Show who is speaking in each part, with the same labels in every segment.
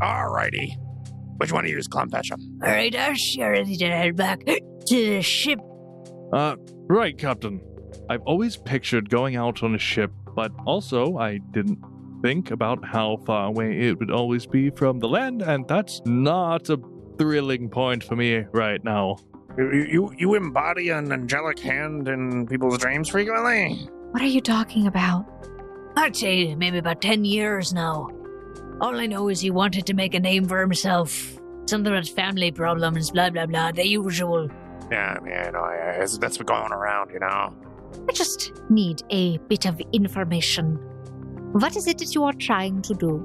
Speaker 1: Alrighty. Which one of you is Clown Pasha?
Speaker 2: All right, Ash, you're ready to head back to the ship.
Speaker 3: Uh, right, Captain. I've always pictured going out on a ship, but also I didn't think about how far away it would always be from the land, and that's not a thrilling point for me right now.
Speaker 1: You, you, you embody an angelic hand in people's dreams frequently?
Speaker 4: What are you talking about?
Speaker 2: I'd say maybe about 10 years now. All I know is he wanted to make a name for himself. Something about family problems, blah, blah, blah, the usual.
Speaker 1: Yeah, yeah, no, yeah. That's, that's been going around, you know?
Speaker 4: I just need a bit of information. What is it that you are trying to do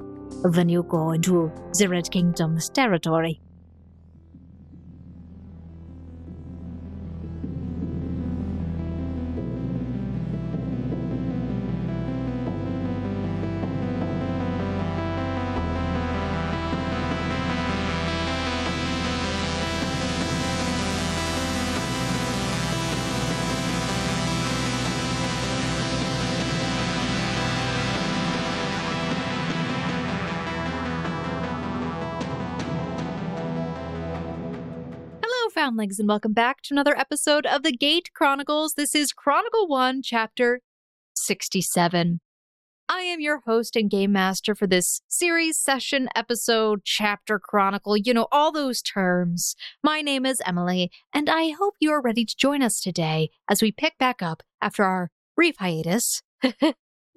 Speaker 4: when you go into the Red Kingdom's territory?
Speaker 5: Hello, foundlings, and welcome back to another episode of the Gate Chronicles. This is Chronicle 1, Chapter 67. I am your host and game master for this series, session, episode, chapter, chronicle, you know, all those terms. My name is Emily, and I hope you are ready to join us today as we pick back up after our brief hiatus,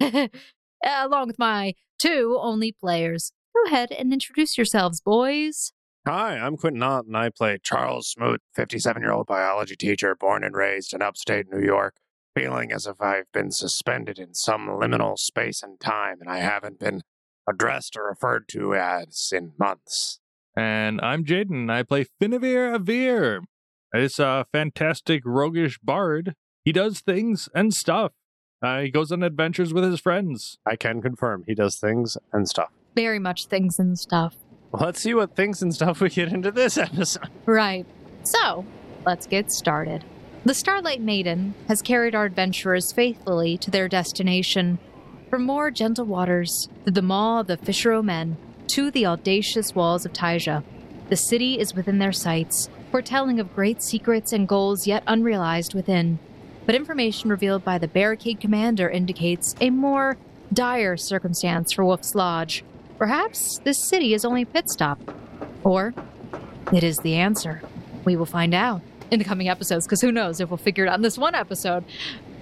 Speaker 5: along with my two only players. Go ahead and introduce yourselves, boys.
Speaker 1: Hi, I'm Quentin Knott, and I play Charles Smoot, 57 year old biology teacher born and raised in upstate New York, feeling as if I've been suspended in some liminal space and time, and I haven't been addressed or referred to as in months.
Speaker 3: And I'm Jaden. and I play Finavir Avir. This uh, fantastic roguish bard. He does things and stuff. Uh, he goes on adventures with his friends.
Speaker 6: I can confirm he does things and stuff.
Speaker 5: Very much things and stuff.
Speaker 6: Let's see what things and stuff we get into this episode.
Speaker 5: Right. So, let's get started. The Starlight Maiden has carried our adventurers faithfully to their destination. From more gentle waters, through the maw of the Fisher O' Men, to the audacious walls of Taija. The city is within their sights, foretelling of great secrets and goals yet unrealized within. But information revealed by the barricade commander indicates a more dire circumstance for Wolf's Lodge. Perhaps this city is only a pit stop. Or it is the answer. We will find out in the coming episodes because who knows if we'll figure it out in this one episode.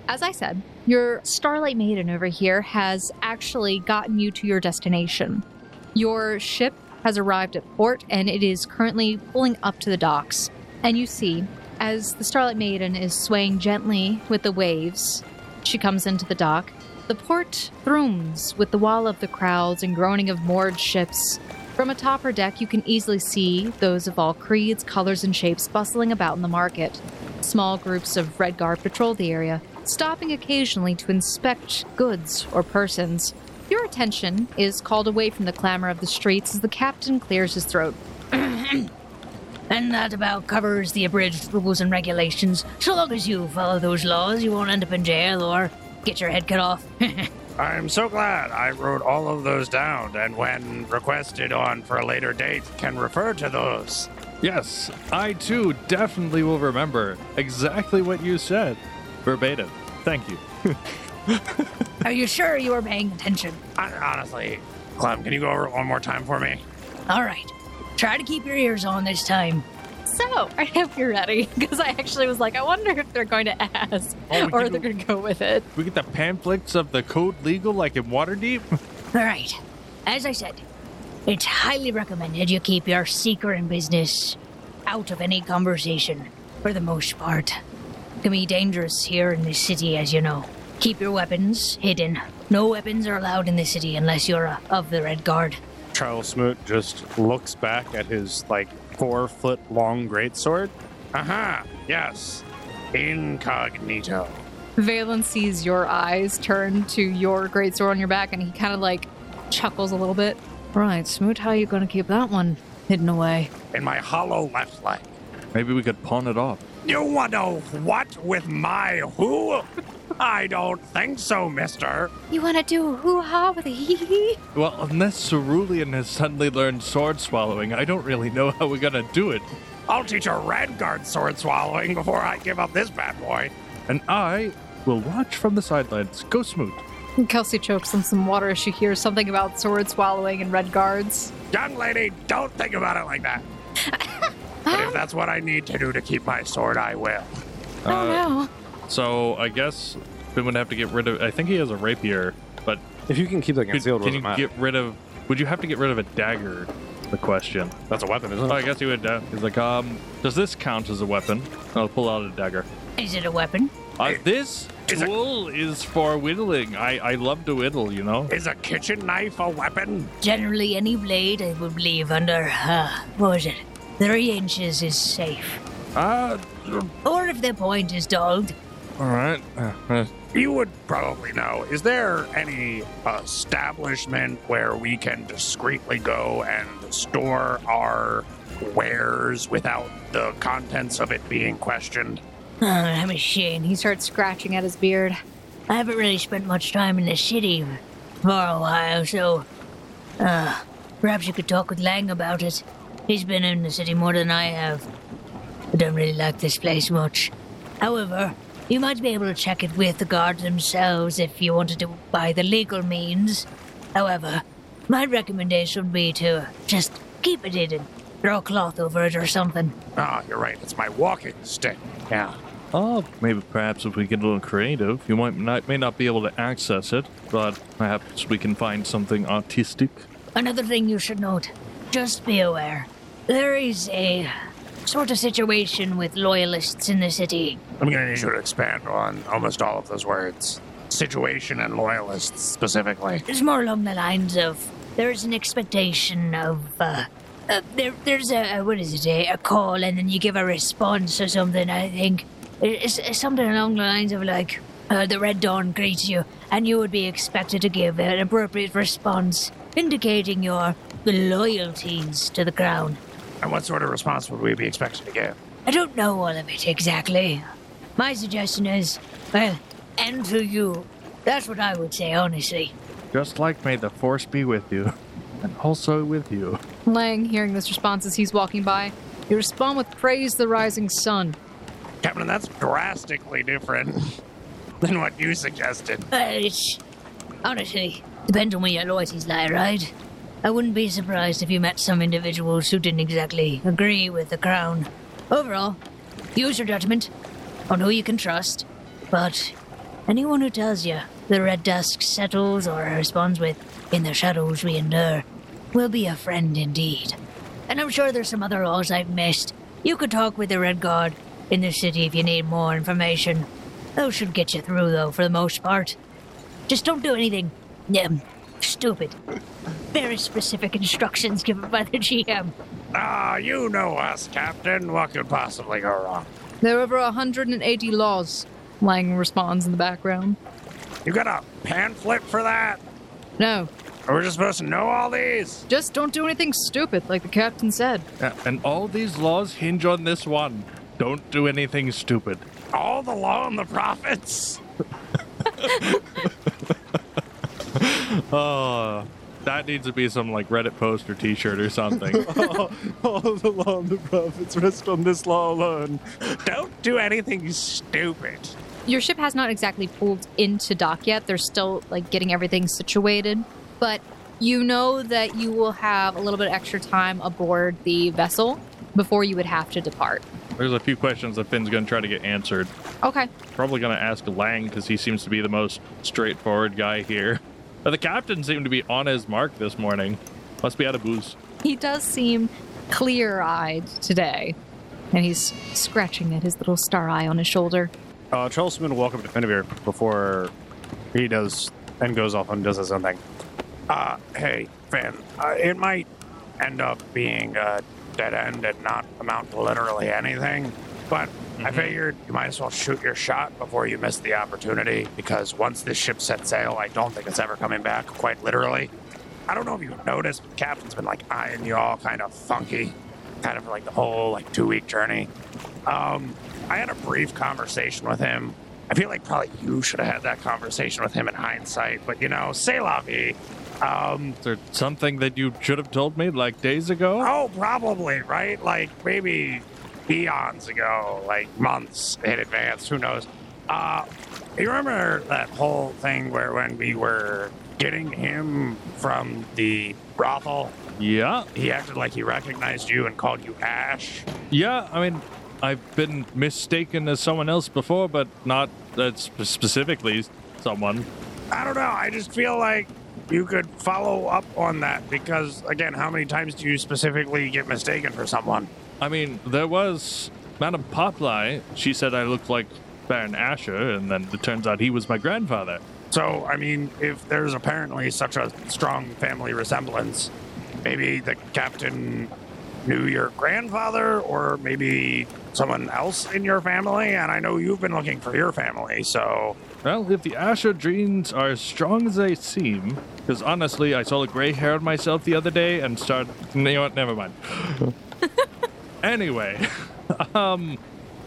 Speaker 5: As I said, your Starlight Maiden over here has actually gotten you to your destination. Your ship has arrived at port and it is currently pulling up to the docks. And you see, as the Starlight Maiden is swaying gently with the waves, she comes into the dock. The port throoms with the wall of the crowds and groaning of moored ships. From atop her deck, you can easily see those of all creeds, colors, and shapes bustling about in the market. Small groups of Red Guard patrol the area, stopping occasionally to inspect goods or persons. Your attention is called away from the clamor of the streets as the captain clears his throat.
Speaker 2: And that about covers the abridged rules and regulations. So long as you follow those laws, you won't end up in jail or get your head cut off.
Speaker 1: I'm so glad I wrote all of those down, and when requested on for a later date, can refer to those.
Speaker 3: Yes, I too definitely will remember exactly what you said. Verbatim. Thank you.
Speaker 2: Are you sure you were paying attention?
Speaker 1: I, honestly, Clem, can you go over it one more time for me?
Speaker 2: All right. Try to keep your ears on this time.
Speaker 5: So, I hope you're ready because I actually was like, I wonder if they're going to ask
Speaker 3: Oh, we
Speaker 5: or
Speaker 3: can
Speaker 5: they're
Speaker 3: go-
Speaker 5: going to go with it.
Speaker 3: We get the pamphlets of the code legal like in Waterdeep.
Speaker 2: All right. As I said, it's highly recommended you keep your secret and business out of any conversation for the most part. It can be dangerous here in this city, as you know. Keep your weapons hidden. No weapons are allowed in the city unless you're uh, of the Red Guard.
Speaker 6: Charles Smoot just looks back at his like four foot long greatsword.
Speaker 1: Aha, Uh-huh. yes. Incognito.
Speaker 5: Valen sees your eyes turn to your great sword on your back and he kind of like chuckles a little bit. Right, Smoot, how are you going to keep that one hidden away?
Speaker 1: In my hollow left leg.
Speaker 3: Maybe we could pawn it off.
Speaker 1: You want to what with my who? I don't think so, mister.
Speaker 5: You want to do a hoo ha with a hee hee?
Speaker 3: Well, unless Cerulean has suddenly learned sword swallowing, I don't really know how we're gonna do it.
Speaker 1: I'll teach a Radguard sword swallowing before I give up this bad boy.
Speaker 3: And I will watch from the sidelines. Go Smoot.
Speaker 5: Kelsey chokes on some water as she hears something about sword swallowing and red guards.
Speaker 1: Young lady, don't think about it like that. but if that's what I need to do to keep my sword, I will.
Speaker 5: oh no.
Speaker 3: So I guess Finn would have to get rid of. I think he has a rapier, but
Speaker 6: If you can keep that
Speaker 3: could,
Speaker 6: concealed,
Speaker 3: can
Speaker 6: doesn't
Speaker 3: you
Speaker 6: matter.
Speaker 3: get rid of? Would you have to get rid of a dagger? The question.
Speaker 6: That's a weapon, isn't
Speaker 3: Oh,
Speaker 6: it?
Speaker 3: I guess he would. Uh, he's like, um, does this count as a weapon? I'll pull out a dagger.
Speaker 2: Is it a weapon?
Speaker 3: Uh, this
Speaker 1: is a-
Speaker 3: tool is for whittling. I I love to whittle, you know.
Speaker 1: Is a kitchen knife a weapon?
Speaker 2: Generally, any blade I would leave under, uh, what was it? Three inches is safe.
Speaker 3: Uh,
Speaker 2: Or if the point is dulled,
Speaker 3: all right. Uh, uh,
Speaker 1: You would probably know. Is there any establishment where we can discreetly go and store our wares without the contents of it being questioned?
Speaker 2: uh, I'm ashamed.
Speaker 5: He starts scratching at his beard.
Speaker 2: I haven't really spent much time in the city for a while, so uh, perhaps you could talk with Lang about it. He's been in the city more than I have. I don't really like this place much. However, you might be able to check it with the guards themselves if you wanted to by the legal means. However, my recommendation would be to just keep it hidden, throw a cloth over it or something.
Speaker 1: Ah, you're right. It's my walking stick. Yeah.
Speaker 3: Oh, maybe perhaps if we get a little creative, you might not, may not be able to access it, but perhaps we can find something artistic.
Speaker 2: Another thing you should note just be aware. There is a sort of situation with loyalists in the city.
Speaker 1: I'm going to need you to expand on almost all of those words. Situation and loyalists specifically.
Speaker 2: It's more along the lines of there's an expectation of. Uh, uh, there, there's a what is it? A, a call, and then you give a response or something. I think It- it's, it's something along the lines of like uh, the Red Dawn greets you, and you would be expected to give an appropriate response, indicating your loyalties to the crown.
Speaker 1: And what sort of response would we be expected to give?
Speaker 2: I don't know all of it exactly. My suggestion is, well, and to you. That's what I would say, honestly.
Speaker 3: Just like may the force be with you, and also with you.
Speaker 5: Lang, hearing this response as he's walking by, you respond with Praise the Rising Sun.
Speaker 1: Captain, that's drastically different than what you suggested.
Speaker 2: Well, it's honestly depends on where your loyalties lie, right? I wouldn't be surprised if you met some individuals who didn't exactly agree with the crown. Overall, use your judgment on who you can trust, but anyone who tells you the red dusk settles or responds with "In the shadows we endure" will be a friend indeed. And I'm sure there's some other laws I've missed. You could talk with the Red Guard in the city if you need more information. Those should get you through, though, for the most part. Just don't do anything um, stupid. Very specific instructions given by the GM.
Speaker 1: Ah, you know us, Captain. What could possibly go wrong?
Speaker 5: There are over 180 laws, Lang responds in the background.
Speaker 1: You got a pamphlet for that?
Speaker 5: No,
Speaker 1: We're just supposed to know all these.
Speaker 5: just don't do anything stupid, like the captain said.
Speaker 3: A- And all these laws hinge on this one. Don't do anything stupid.
Speaker 1: All the law and the prophets.
Speaker 3: Oh, that needs to be some like Reddit post or T-shirt or something.
Speaker 6: All the law and the prophets rest on this law alone.
Speaker 1: Don't do anything stupid.
Speaker 5: Your ship has not exactly pulled into dock yet. They're still like getting everything situated, but you know that you will have a little bit extra time aboard the vessel before you would have to depart.
Speaker 3: There's a few questions that Finn's gonna try to get answered.
Speaker 5: Okay.
Speaker 3: Probably gonna ask Lang because he seems to be the most straightforward guy here. But the captain seemed to be on his mark this morning. Must be out of booze.
Speaker 5: He does seem clear eyed today. And he's scratching at his little star eye on his shoulder.
Speaker 6: Uh, Charles Smith will walk up to Fenivir before he does and goes off and does his own thing.
Speaker 1: Uh, hey, Finn, uh, it might end up being a dead end and not amount to literally anything, but I figured you might as well shoot your shot before you miss the opportunity because once this ship sets sail, I don't think it's ever coming back, quite literally. I don't know if you've noticed, but Captain's been like eyeing you all kind of funky, kind of like the whole like two week journey. Um, I had a brief conversation with him I feel like probably you should have had that conversation with him in hindsight, but you know, say la vie. Um,
Speaker 3: Is there something that you should have told me like days ago?
Speaker 1: oh, probably, right? Like maybe eons ago, like months in advance, who knows? Uh, you remember that whole thing where when we were getting him from the brothel,
Speaker 3: Yeah.
Speaker 1: he acted like he recognized you and called you Ash?
Speaker 3: Yeah, I mean, I've been mistaken as someone else before, but not uh, sp- specifically someone.
Speaker 1: I don't know. I just feel like you could follow up on that because, again, how many times do you specifically get mistaken for someone?
Speaker 3: I mean, there was Madame Popeye. She said I looked like Baron Asher, and then it turns out he was my grandfather.
Speaker 1: So, I mean, if there's apparently such a strong family resemblance, maybe the captain knew your grandfather or maybe someone else in your family. And I know you've been looking for your family, so
Speaker 3: Well, if the Asher dreams are as strong as they seem, because honestly, I saw the gray hair on myself the other day and started. You know what? Never mind. anyway, um,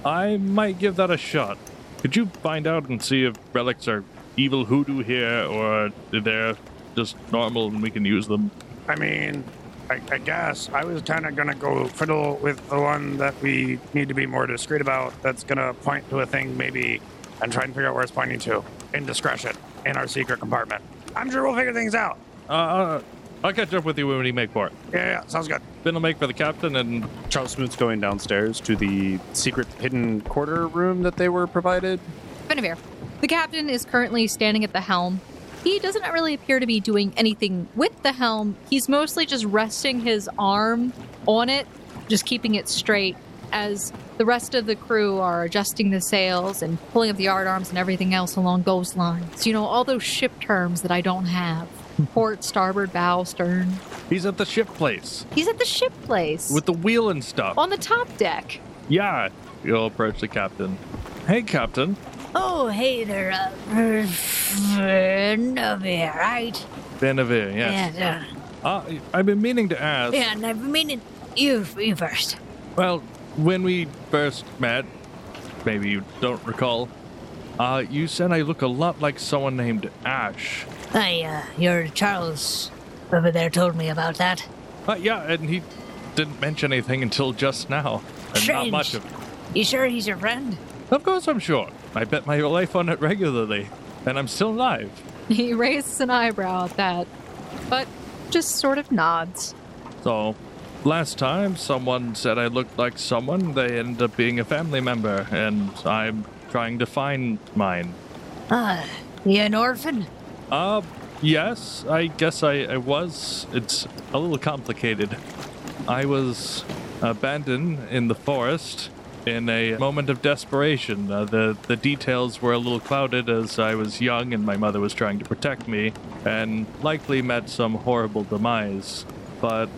Speaker 3: I might give that a shot. Could you find out and see if relics are evil hoodoo here or if they're just normal and we can use them?
Speaker 1: I mean, I, I guess I was kind of gonna go fiddle with the one that we need to be more discreet about. That's gonna point to a thing maybe, and try and figure out where it's pointing to. Indiscretion in our secret compartment. I'm sure we'll figure things out.
Speaker 3: Uh, Uh, I'll catch up with you when we make for it.
Speaker 1: Yeah, yeah sounds good.
Speaker 3: Then I'll make for the captain and
Speaker 6: Charles Smoot's going downstairs to the secret hidden quarter room that they were provided.
Speaker 5: Benavir. The captain is currently standing at the helm. He doesn't really appear to be doing anything with the helm. He's mostly just resting his arm on it, just keeping it straight, as the rest of the crew are adjusting the sails and pulling up the yard arms and everything else along those lines. You know, all those ship terms that I don't have port, starboard, bow, stern.
Speaker 3: he's at the ship place
Speaker 5: He's at the ship place
Speaker 3: with the wheel and stuff.
Speaker 5: on the top deck.
Speaker 3: Yeah, you'll approach the captain. Hey, captain.
Speaker 2: Oh, hey there, uh, friend of here, right?
Speaker 3: Benavir, yes.
Speaker 2: Yeah,
Speaker 3: Uh, I've been meaning to ask.
Speaker 2: yeah, and I've been in you, you first.
Speaker 3: Well, when we first met, maybe you don't recall, uh, you said I look a lot like someone named Ash.
Speaker 2: Hi, uh, your Charles over there told me about that.
Speaker 3: Uh, yeah, and he didn't mention anything until just now. And not
Speaker 2: Strange.
Speaker 3: much of
Speaker 2: You sure he's your friend?
Speaker 3: Of course, I'm sure. I bet my life on it regularly, and I'm still alive.
Speaker 5: He raises an eyebrow at that, but just sort of nods.
Speaker 3: So, last time someone said I looked like someone, they ended up being a family member, and I'm trying to find mine.
Speaker 2: Ah, you an orphan?
Speaker 3: Uh, yes, I guess I, I was. It's a little complicated. I was abandoned in the forest in a moment of desperation. Uh, the, the details were a little clouded as I was young and my mother was trying to protect me, and likely met some horrible demise. But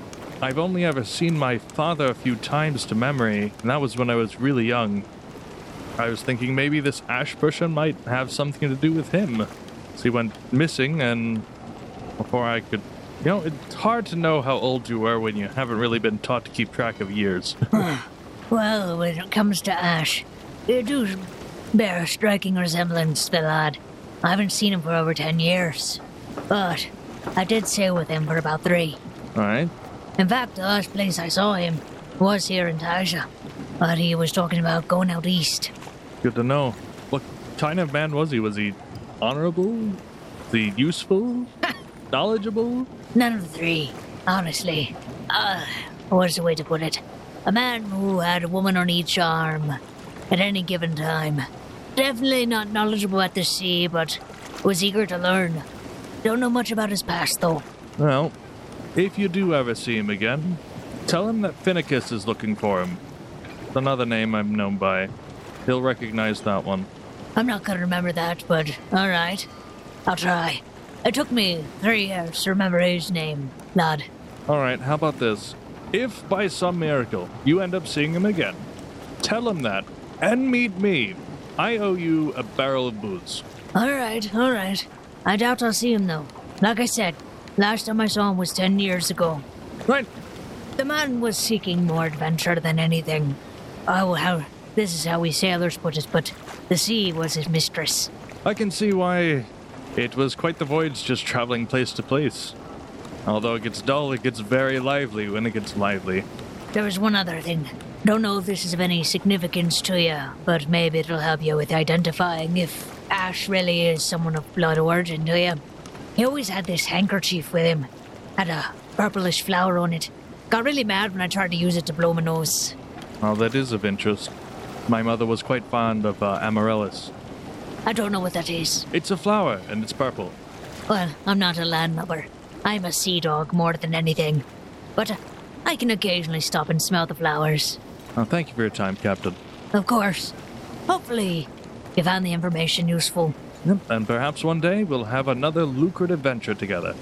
Speaker 3: I've only ever seen my father a few times to memory, and that was when I was really young. I was thinking maybe this ash person might have something to do with him. So he went missing, and before I could. You know, it's hard to know how old you are when you haven't really been taught to keep track of years.
Speaker 2: Well, when it comes to Ash, you do bear a striking resemblance to the lad. I haven't seen him for over ten years, but I did sail with him for about three.
Speaker 3: Alright?
Speaker 2: In fact, the last place I saw him was here in Taisha, but he was talking about going out east.
Speaker 3: Good to know. What kind of man was he? Was he honorable? Was he useful? Knowledgeable?
Speaker 2: None of the three, honestly. Uh, what's the way to put it? A man who had a woman on each arm at any given time. Definitely not knowledgeable at the sea, but was eager to learn. Don't know much about his past, though.
Speaker 3: Well, if you do ever see him again, tell him that Finnicus is looking for him. It's another name I'm known by. He'll recognize that one.
Speaker 2: I'm not gonna remember that, but alright. I'll try. It took me three years to remember his name, lad.
Speaker 3: All right, how about this? If by some miracle you end up seeing him again, tell him that and meet me. I owe you a barrel of booze.
Speaker 2: Alright, alright. I doubt I'll see him, though. Like I said, last time I saw him was ten years ago.
Speaker 3: Right.
Speaker 2: The man was seeking more adventure than anything. Oh, how This is how we sailors put it, but the sea was his mistress.
Speaker 3: I can see why it was quite the voyage just traveling place to place. Although it gets dull, it gets very lively when it gets lively.
Speaker 2: There is one other thing. Don't know if this is of any significance to you, but maybe it'll help you with identifying if Ash really is someone of blood origin to you. He always had this handkerchief with him, had a purplish flower on it. Got really mad when I tried to use it to blow my nose.
Speaker 3: Well, that is of interest. My mother was quite fond of uh, amaryllis.
Speaker 2: I don't know what that is.
Speaker 3: It's a flower and it's purple.
Speaker 2: Well, I'm not a landlubber. I'm a sea dog more than anything. But uh, I can occasionally stop and smell the flowers.
Speaker 3: Uh, thank you for your time, Captain.
Speaker 2: Of course. Hopefully, you found the information useful.
Speaker 3: And perhaps one day we'll have another lucrative venture together.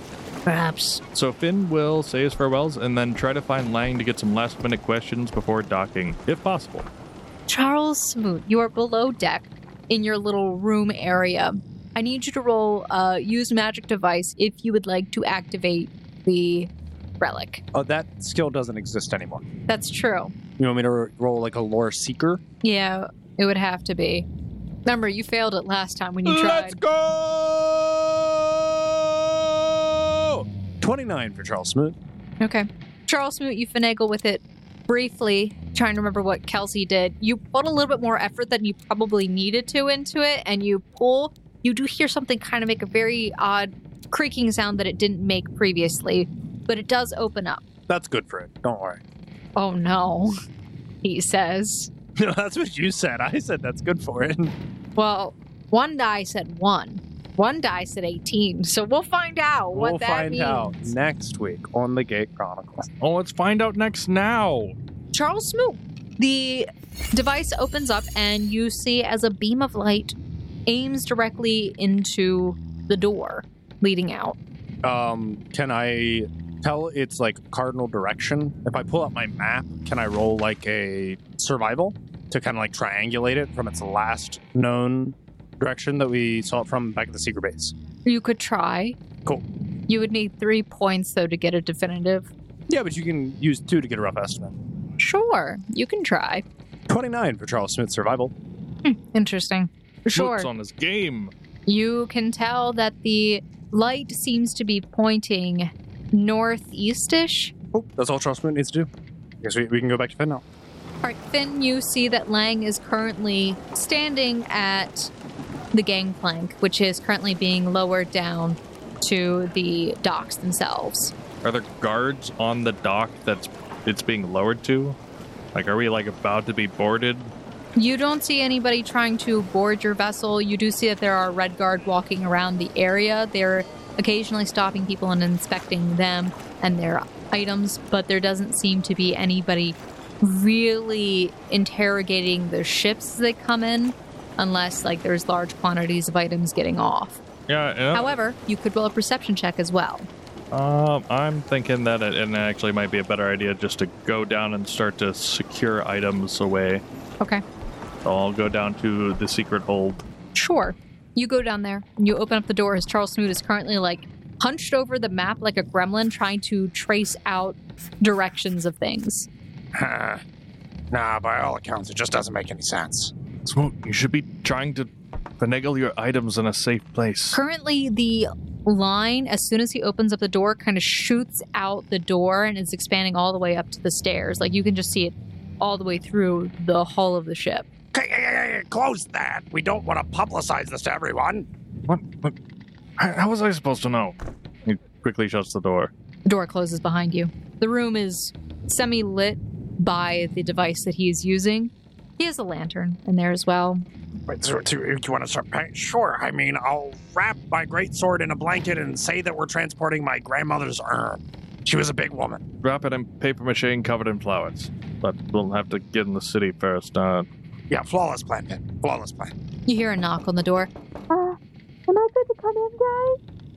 Speaker 2: Perhaps.
Speaker 3: So Finn will say his farewells and then try to find Lang to get some last minute questions before docking, if possible.
Speaker 5: Charles Smoot, you are below deck in your little room area. I need you to roll uh, use magic device if you would like to activate the relic.
Speaker 6: Oh, that skill doesn't exist anymore.
Speaker 5: That's true.
Speaker 6: You want me to ro- roll like a lore seeker?
Speaker 5: Yeah, it would have to be. Remember, you failed it last time when you tried.
Speaker 6: go! 29 for Charles Smoot.
Speaker 5: Okay. Charles Smoot, you finagle with it briefly, trying to remember what Kelsey did. You put a little bit more effort than you probably needed to into it, and you pull. You do hear something kind of make a very odd creaking sound that it didn't make previously, but it does open up.
Speaker 6: That's good for it. Don't worry.
Speaker 5: Oh no, he says.
Speaker 6: No, that's what you said. I said that's good for it.
Speaker 5: Well, one die said one. One die said 18, so we'll find out what
Speaker 6: we'll
Speaker 5: that
Speaker 6: find
Speaker 5: means.
Speaker 6: out next week on the Gate Chronicles.
Speaker 3: Oh, let's find out next now.
Speaker 5: Charles Smoot. The device opens up, and you see as a beam of light aims directly into the door leading out.
Speaker 6: Um, can I tell its like cardinal direction? If I pull up my map, can I roll like a survival to kind of like triangulate it from its last known direction that we saw it from back at the secret base?
Speaker 5: You could try.
Speaker 6: Cool.
Speaker 5: You would need three points, though, to get a definitive.
Speaker 6: Yeah, but you can use two to get a rough estimate.
Speaker 5: Sure, you can try.
Speaker 6: 29 for Charles Smith's survival.
Speaker 5: Interesting. Sure.
Speaker 3: Smoot's on his game.
Speaker 5: You can tell that the light seems to be pointing northeastish.
Speaker 6: Oh, that's all Charles Smith needs to do. I guess we, we can go back to Finn now.
Speaker 5: All right, Finn, you see that Lang is currently standing at the gangplank, which is currently being lowered down to the docks themselves.
Speaker 3: Are there guards on the dock that's it's being lowered to? Like, are we like about to be boarded?
Speaker 5: You don't see anybody trying to board your vessel. You do see that there are Red Guard walking around the area. They're occasionally stopping people and inspecting them and their items, but there doesn't seem to be anybody really interrogating the ships as they come in, unless like there's large quantities of items getting off.
Speaker 3: Yeah. yeah.
Speaker 5: However, you could roll a perception check as well.
Speaker 3: Um, I'm thinking that it, it actually might be a better idea just to go down and start to secure items away.
Speaker 5: Okay.
Speaker 3: So I'll go down to the secret hold.
Speaker 5: Sure. You go down there, you open up the door as Charles Smoot is currently like hunched over the map like a gremlin trying to trace out directions of things.
Speaker 1: Huh. Nah, by all accounts, it just doesn't make any sense.
Speaker 3: Smoot, you should be trying to finagle your items in a safe place.
Speaker 5: Currently, the line, as soon as he opens up the door, kind of shoots out the door and is expanding all the way up to the stairs. Like you can just see it all the way through the hull of the ship.
Speaker 1: K- k- k- k- Close that. We don't want to publicize this to everyone.
Speaker 3: What? what? How how was I supposed to know? He quickly shuts the door.
Speaker 5: The door closes behind you. The room is semi lit by the device that he is using. He has a lantern in there as well.
Speaker 1: Wait, so, so if you want to start? paying- Sure. I mean, I'll wrap my greatsword in a blanket and say that we're transporting my grandmother's urn. She was a big woman.
Speaker 3: Wrap it in paper mache and covered in flowers. But we'll have to get in the city first. Uh,
Speaker 1: Yeah, flawless plan, Pin. Flawless plan.
Speaker 5: You hear a knock on the door.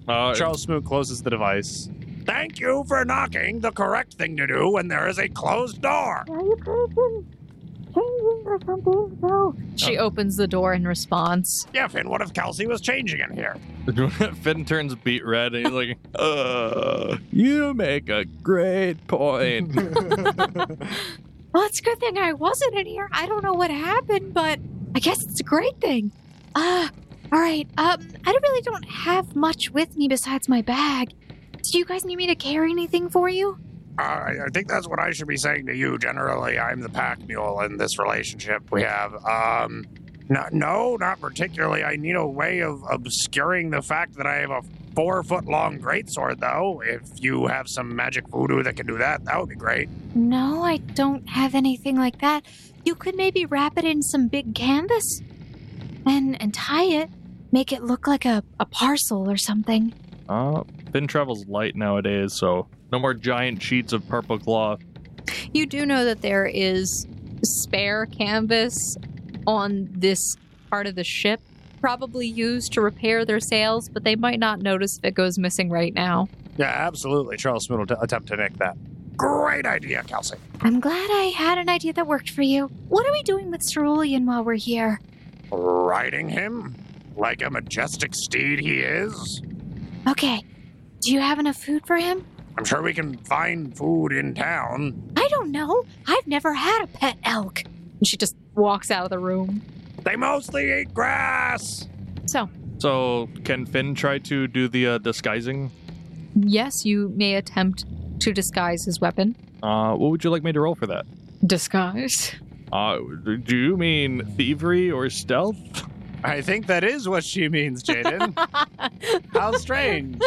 Speaker 3: uh,
Speaker 6: Charles Smoot closes the device.
Speaker 1: Thank you for knocking. The correct thing to do when there is a closed door.
Speaker 5: She opens the door in response.
Speaker 1: Yeah, Finn. What if Kelsey was changing in here?
Speaker 3: Finn turns beat red and he's like, uh, you make a great point.
Speaker 5: Well, it's a good thing I wasn't in here. I don't know what happened, but I guess it's a great thing. Uh, all right. Um, I don't- really don't have much with me besides my bag. Do you guys need me to carry anything for you?
Speaker 1: Uh, I I think that's what I should be saying to you. Generally, I'm the pack mule in this relationship we have. Um, no, no, not particularly. I need a way of obscuring the fact that I have a four foot long greatsword, though. If you have some magic voodoo that can do that, that would be great.
Speaker 5: No, I don't have anything like that. You could maybe wrap it in some big canvas and and tie it, make it look like a, a parcel or something.
Speaker 3: Uh, Finn travels light nowadays, so no more giant sheets of purple cloth.
Speaker 5: You do know that there is spare canvas on this part of the ship, probably used to repair their sails, but they might not notice if it goes missing right now.
Speaker 6: Yeah, absolutely. Charles Smith will t- attempt to nick that.
Speaker 1: Great idea, Kelsey.
Speaker 5: I'm glad I had an idea that worked for you. What are we doing with Cerulean while we're here?
Speaker 1: Riding him like a majestic steed he is.
Speaker 5: Okay. Do you have enough food for him?
Speaker 1: I'm sure we can find food in town.
Speaker 5: I don't know. I've never had a pet elk. And she just walks out of the room.
Speaker 1: They mostly eat grass.
Speaker 5: So,
Speaker 3: So, can Finn try to do the uh, disguising?
Speaker 5: yes, you may attempt to disguise his weapon.
Speaker 3: Uh, what would you like me to roll for that?
Speaker 5: Disguise?
Speaker 3: Uh, do you mean thievery or stealth?
Speaker 6: I think that is what she means, Jaden. how strange.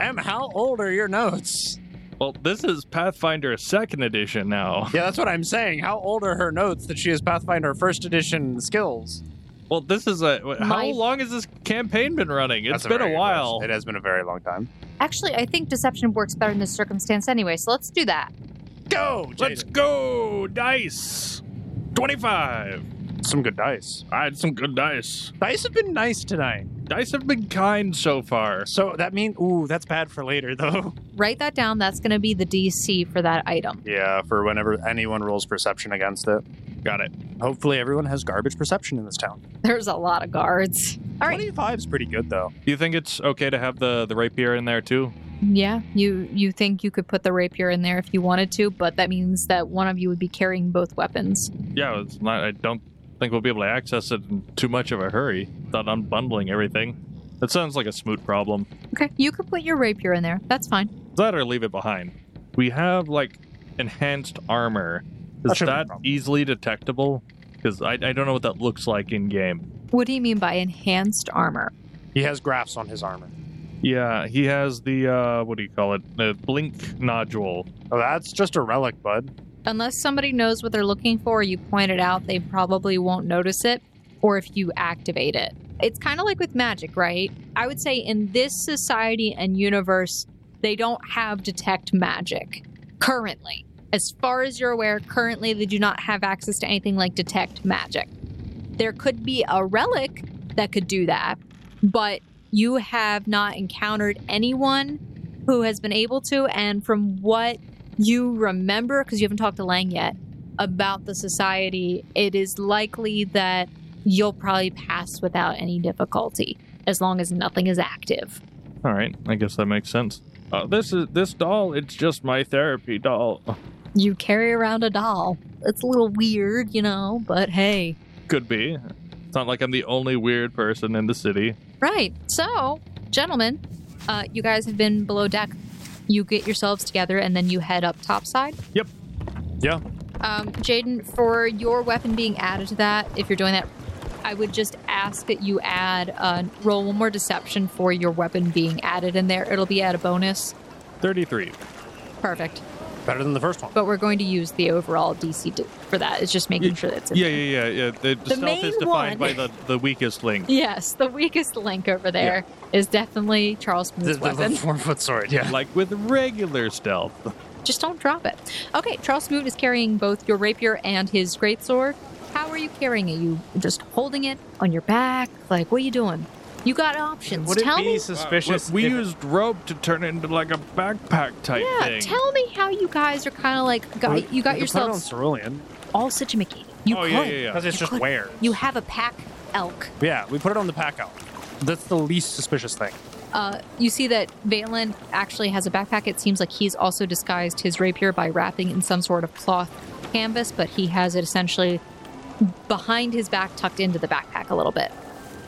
Speaker 6: Em, how old are your notes?
Speaker 3: Well, this is Pathfinder Second Edition now.
Speaker 6: Yeah, that's what I'm saying. How old are her notes that she has Pathfinder first edition skills?
Speaker 3: Well, this is a. wh- How
Speaker 5: My-
Speaker 3: long has this campaign been running? It's
Speaker 6: That's
Speaker 3: been
Speaker 6: very
Speaker 3: a
Speaker 6: good
Speaker 3: while.
Speaker 6: question. It has been a very long time.
Speaker 5: Actually, I think deception works better in this circumstance anyway, so let's do that.
Speaker 6: Go,
Speaker 3: Let's
Speaker 6: Jaden.
Speaker 3: go! Dice! 25!
Speaker 6: Some good dice.
Speaker 3: I had some good dice.
Speaker 6: Dice have been nice tonight.
Speaker 3: Dice have been kind so far.
Speaker 6: So that means, ooh, that's bad for later, though.
Speaker 5: Write that down. That's going to be the DC for that item.
Speaker 6: Yeah, for whenever anyone rolls perception against it.
Speaker 3: Got it.
Speaker 6: Hopefully, everyone has garbage perception in this town.
Speaker 5: There's a lot of guards. All right.
Speaker 6: 25 is pretty good, though.
Speaker 3: Do you think it's okay to have the, the rapier in there too?
Speaker 5: Yeah, you you think you could put the rapier in there if you wanted to, but that means that one of you would be carrying both weapons.
Speaker 3: Yeah, it's not, I don't think we'll be able to access it in too much of a hurry without unbundling everything. That sounds like a smoot problem.
Speaker 5: Okay, you could put your rapier in there. That's fine.
Speaker 3: That or leave it behind. We have like enhanced armor.
Speaker 6: That
Speaker 3: Is
Speaker 6: shouldn't be a
Speaker 3: that
Speaker 6: problem.
Speaker 3: easily detectable? Because I, I don't know what that looks like in game.
Speaker 5: What do you mean by enhanced armor?
Speaker 6: He has graphs on his armor.
Speaker 3: Yeah, he has the uh, what do you call it? The blink nodule.
Speaker 6: Oh, that's just a relic, bud.
Speaker 5: Unless somebody knows what they're looking for, you point it out, they probably won't notice it, or if you activate it. It's kind of like with magic, right? I would say in this society and universe, they don't have detect magic currently. As far as you're aware, currently they do not have access to anything like detect magic. There could be a relic that could do that, but you have not encountered anyone who has been able to. And from what you remember, because you haven't talked to Lang yet, about the society, it is likely that you'll probably pass without any difficulty as long as nothing is active.
Speaker 3: All right, I guess that makes sense. Uh, this is this doll. It's just my therapy doll.
Speaker 5: You carry around a doll. It's a little weird, you know, but hey.
Speaker 3: Could be. It's not like I'm the only weird person in the city.
Speaker 5: Right. So, gentlemen, uh, you guys have been below deck. You get yourselves together and then you head up topside.
Speaker 3: Yep.
Speaker 6: Yeah.
Speaker 5: Um, Jaden, for your weapon being added to that, if you're doing that, I would just ask that you add uh, roll one more deception for your weapon being added in there. It'll be at a bonus.
Speaker 3: Thirty-three.
Speaker 5: Perfect.
Speaker 6: Better than the first one.
Speaker 5: But we're going to use the overall DC to, for that. It's just making sure that's in
Speaker 3: Yeah,
Speaker 5: there.
Speaker 3: yeah, yeah, yeah. The, the stealth
Speaker 5: main
Speaker 3: is defined
Speaker 5: one-
Speaker 3: by the, the weakest link.
Speaker 5: Yes, the weakest link over there is definitely Charles
Speaker 6: The,
Speaker 5: Smith's
Speaker 6: the, the
Speaker 5: weapon.
Speaker 6: four foot sword, yeah.
Speaker 3: Like with regular stealth.
Speaker 5: Just don't drop it. Okay, Charles Smoot is carrying both your rapier and his greatsword. How are you carrying it? You just holding it on your back? Like, what are you doing? You got options.
Speaker 6: Would
Speaker 5: tell
Speaker 6: it be
Speaker 5: me.
Speaker 6: suspicious?
Speaker 3: we
Speaker 6: if-
Speaker 3: used rope to turn it into like a backpack type
Speaker 5: Yeah,
Speaker 3: thing.
Speaker 5: tell me how you guys are kind of like got,
Speaker 6: we-
Speaker 5: you got
Speaker 6: we could put it on
Speaker 5: yourselves
Speaker 6: cerulean.
Speaker 5: all situated. You
Speaker 3: oh
Speaker 5: could.
Speaker 3: yeah, yeah, yeah.
Speaker 6: Because it's
Speaker 5: You
Speaker 6: just
Speaker 5: could.
Speaker 6: wear.
Speaker 5: You have a pack elk.
Speaker 6: Yeah, we put it on the pack out. That's the least suspicious thing.
Speaker 5: Uh, you see that Valen actually has a backpack. It seems like he's also disguised his rapier by wrapping it in some sort of cloth canvas, but he has it essentially behind his back, tucked into the backpack a little bit.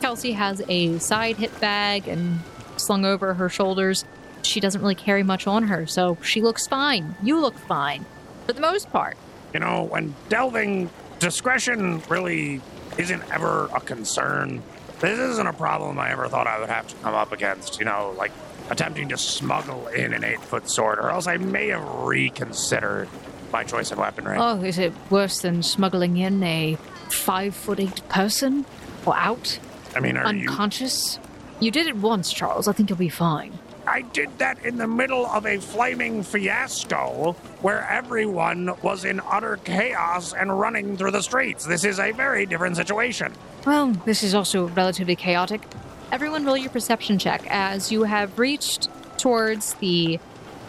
Speaker 5: Kelsey has a side hip bag and slung over her shoulders. She doesn't really carry much on her, so she looks fine. You look fine, for the most part.
Speaker 1: You know, when delving, discretion really isn't ever a concern. This isn't a problem I ever thought I would have to come up against, you know, like attempting to smuggle in an eight foot sword, or else I may have reconsidered my choice of weaponry.
Speaker 5: Oh, is it worse than smuggling in a five foot eight person or out
Speaker 1: I mean, are you.
Speaker 5: unconscious? You did it once, Charles. I think you'll be fine.
Speaker 1: I did that in the middle of a flaming fiasco where everyone was in utter chaos and running through the streets. This is a very different situation.
Speaker 5: Well, this is also relatively chaotic. Everyone roll your perception check as you have reached towards the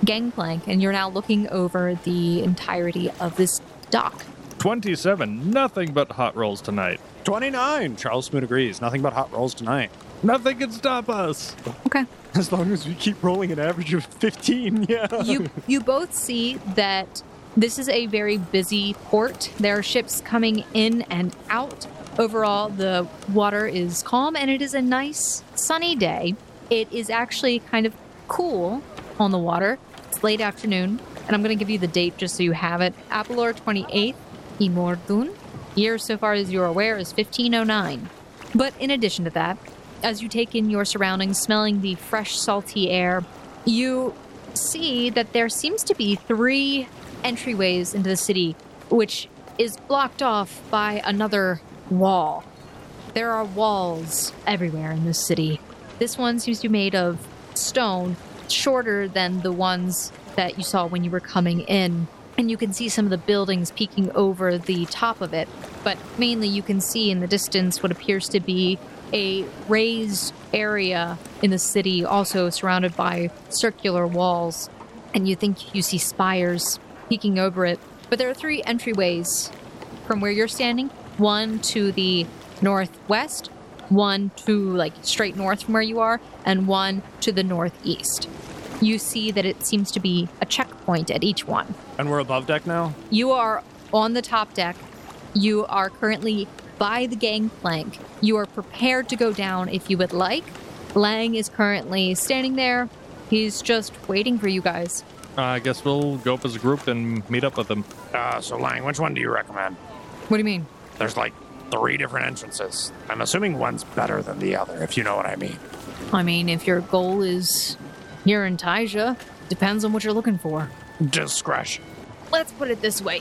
Speaker 5: gangplank and you're now looking over the entirety of this dock.
Speaker 3: 27. Nothing but hot rolls tonight.
Speaker 6: 29. Charles Smoot agrees. Nothing but hot rolls tonight.
Speaker 3: Nothing can stop us.
Speaker 6: As long as we keep rolling an average of 15, yeah.
Speaker 5: you you both see that this is a very busy port. There are ships coming in and out. Overall, the water is calm and it is a nice sunny day. It is actually kind of cool on the water. It's late afternoon, and I'm going to give you the date just so you have it. Apollor 28th, Imordun. Year so far as you're aware is 1509. But in addition to that, as you take in your surroundings, smelling the fresh, salty air, you see that there seems to be three entryways into the city, which is blocked off by another wall. There are walls everywhere in this city. This one seems to be made of stone, shorter than the ones that you saw when you were coming in. And you can see some of the buildings peeking over the top of it, but mainly you can see in the distance what appears to be a raised area in the city, also surrounded by circular walls, and you think you see spires peeking over it. But there are three entryways from where you're standing one to the northwest, one to like straight north from where you are, and one to the northeast. You see that it seems to be a checkpoint at each one.
Speaker 6: And we're above deck now?
Speaker 5: You are on the top deck. You are currently by the gangplank. You are prepared to go down if you would like. Lang is currently standing there. He's just waiting for you guys.
Speaker 3: Uh, I guess we'll go up as a group and meet up with them.
Speaker 1: Uh, so, Lang, which one do you recommend?
Speaker 5: What do you mean?
Speaker 1: There's like three different entrances. I'm assuming one's better than the other, if you know what I mean.
Speaker 5: I mean, if your goal is here in Taija, depends on what you're looking for.
Speaker 1: Discretion.
Speaker 7: Let's put it this way.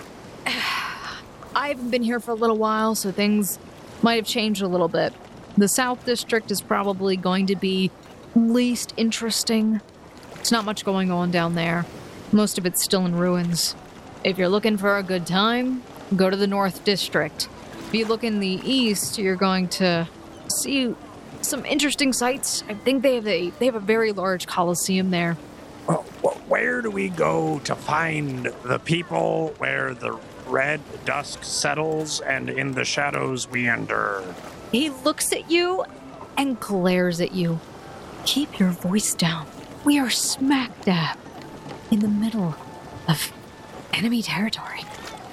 Speaker 7: I haven't been here for a little while, so things
Speaker 5: might have changed a little bit. The South District is probably going to be least interesting. It's not much going on down there. Most of it's still in ruins. If you're looking for a good time, go to the North District. If you look in the East, you're going to see some interesting sights.
Speaker 7: I think they have a they have a very large coliseum there.
Speaker 1: Well, wh- Where do we go to find the people where the red dusk settles and in the shadows we enter?
Speaker 5: He looks at you and glares at you. Keep your voice down. We are smack dab in the middle of enemy territory.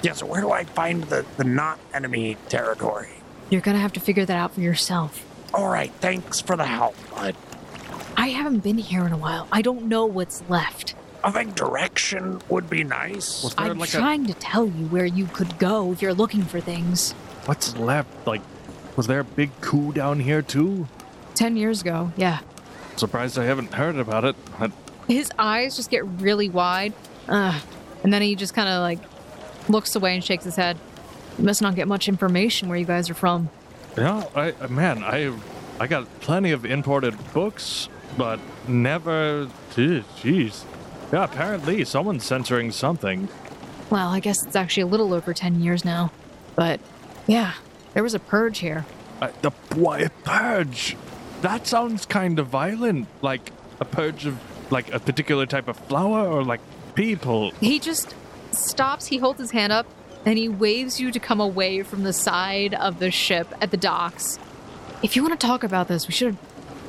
Speaker 1: Yeah, so where do I find the, the not enemy territory?
Speaker 5: You're gonna have to figure that out for yourself.
Speaker 1: All right, thanks for the help, bud.
Speaker 5: I haven't been here in a while. I don't know what's left.
Speaker 1: I think direction would be nice.
Speaker 3: Was there
Speaker 5: I'm
Speaker 3: like
Speaker 5: trying to tell you where you could go if you're looking for things.
Speaker 3: a. What's left? Like, was there a big coup down here too?
Speaker 5: Ten years ago, yeah.
Speaker 3: Surprised I haven't heard about it. I-
Speaker 5: His eyes just get really wide. Uh, and then he just kind of like looks away and shakes his head. You must not get much information where you guys are from.
Speaker 3: Yeah, I uh, man, I I got plenty of imported books, but never. gee, Jeez. Yeah, apparently someone's censoring something.
Speaker 5: Well, I guess it's actually a little over 10 years now. But yeah, there was a purge here.
Speaker 3: Uh, the why, a purge. That sounds kind of violent, like a purge of like a particular type of flower or like people.
Speaker 5: He just stops, he holds his hand up, and he waves you to come away from the side of the ship at the docks. If you want to talk about this, we should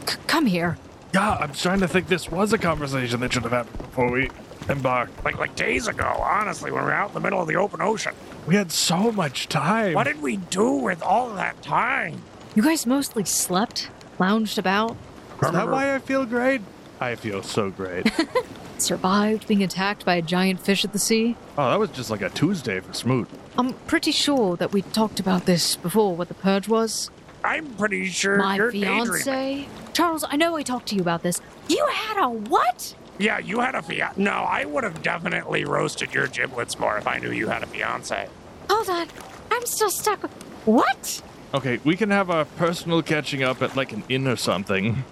Speaker 5: c- come here.
Speaker 3: Yeah, I'm trying to think this was a conversation that should have happened before we embarked.
Speaker 1: Like like days ago, honestly, when we were out in the middle of the open ocean.
Speaker 3: We had so much time.
Speaker 1: What did we do with all that time?
Speaker 4: You guys mostly slept, lounged about,
Speaker 3: Is that why I feel great? I feel so great.
Speaker 4: survived being attacked by a giant fish at the sea.
Speaker 3: oh, that was just like a Tuesday for Smoot.
Speaker 4: I'm pretty sure that we talked about this before what the purge was.
Speaker 1: I'm pretty sure
Speaker 4: My
Speaker 1: you're daydreaming.
Speaker 4: fiance. Charles, I know I talked to you about this. You had a what?
Speaker 1: Yeah, you had a fiance. No, I would have definitely roasted your giblets more if I knew you had a fiance.
Speaker 5: Hold on. I'm still stuck. What?
Speaker 3: Okay, we can have our personal catching up at like an inn or something.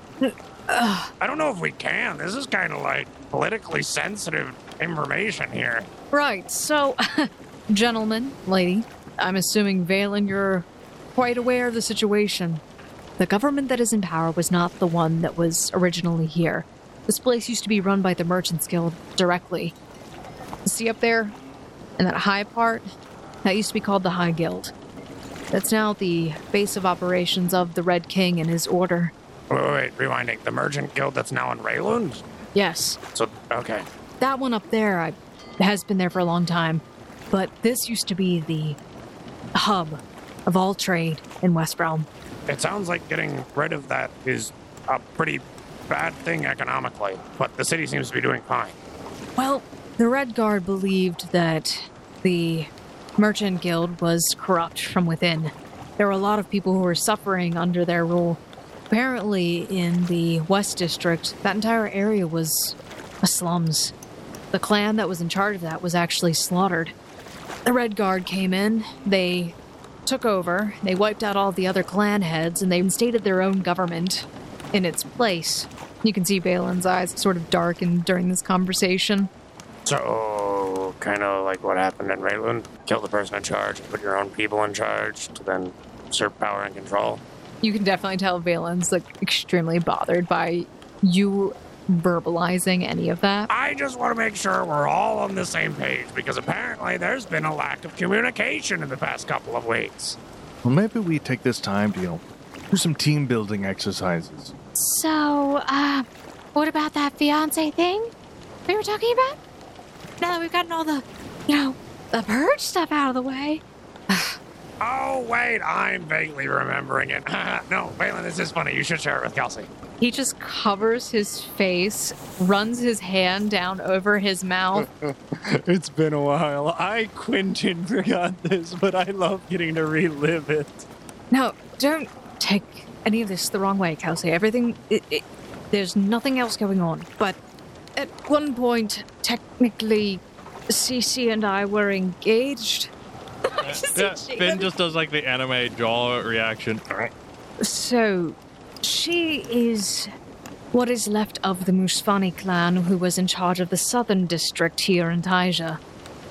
Speaker 1: I don't know if we can. This is kind of like politically sensitive information here.
Speaker 4: Right, so, gentlemen, lady, I'm assuming, Valen, you're quite aware of the situation. The government that is in power was not the one that was originally here. This place used to be run by the Merchants Guild directly. See up there? In that high part? That used to be called the High Guild. That's now the base of operations of the Red King and his order.
Speaker 1: Wait, wait, wait, rewinding. The Merchant Guild that's now in Raylund?
Speaker 4: Yes,
Speaker 1: So, okay.
Speaker 4: that one up there I, has been there for a long time, but this used to be the hub of all trade in West Realm.
Speaker 1: It sounds like getting rid of that is a pretty bad thing economically, but the city seems to be doing fine.
Speaker 4: Well, the Red Guard believed that the Merchant Guild was corrupt from within. There were a lot of people who were suffering under their rule. Apparently, in the West District, that entire area was a slums. The clan that was in charge of that was actually slaughtered. The Red Guard came in, they took over, they wiped out all the other clan heads, and they instated their own government in its place. You can see Balin's eyes sort of darken during this conversation.
Speaker 1: So, kind of like what happened in Raylund kill the person in charge, put your own people in charge to then usurp power and control.
Speaker 4: You can definitely tell Valen's like extremely bothered by you verbalizing any of that.
Speaker 1: I just want to make sure we're all on the same page because apparently there's been a lack of communication in the past couple of weeks.
Speaker 3: Well, maybe we take this time to you know, do some team building exercises.
Speaker 5: So, uh, what about that fiance thing we were talking about? Now that we've gotten all the, you know, the purge stuff out of the way.
Speaker 1: Oh, wait, I'm vaguely remembering it. no, Valen, this is funny. You should share it with Kelsey.
Speaker 4: He just covers his face, runs his hand down over his mouth.
Speaker 6: It's been a while. I, Quentin, forgot this, but I love getting to relive it.
Speaker 4: No, don't take any of this the wrong way, Kelsey. Everything, it, it, there's nothing else going on. But at one point, technically, Cece and I were engaged.
Speaker 3: Yeah, Finn just does like the anime jaw reaction.
Speaker 4: So, she is what is left of the Musfani clan, who was in charge of the southern district here in Taija.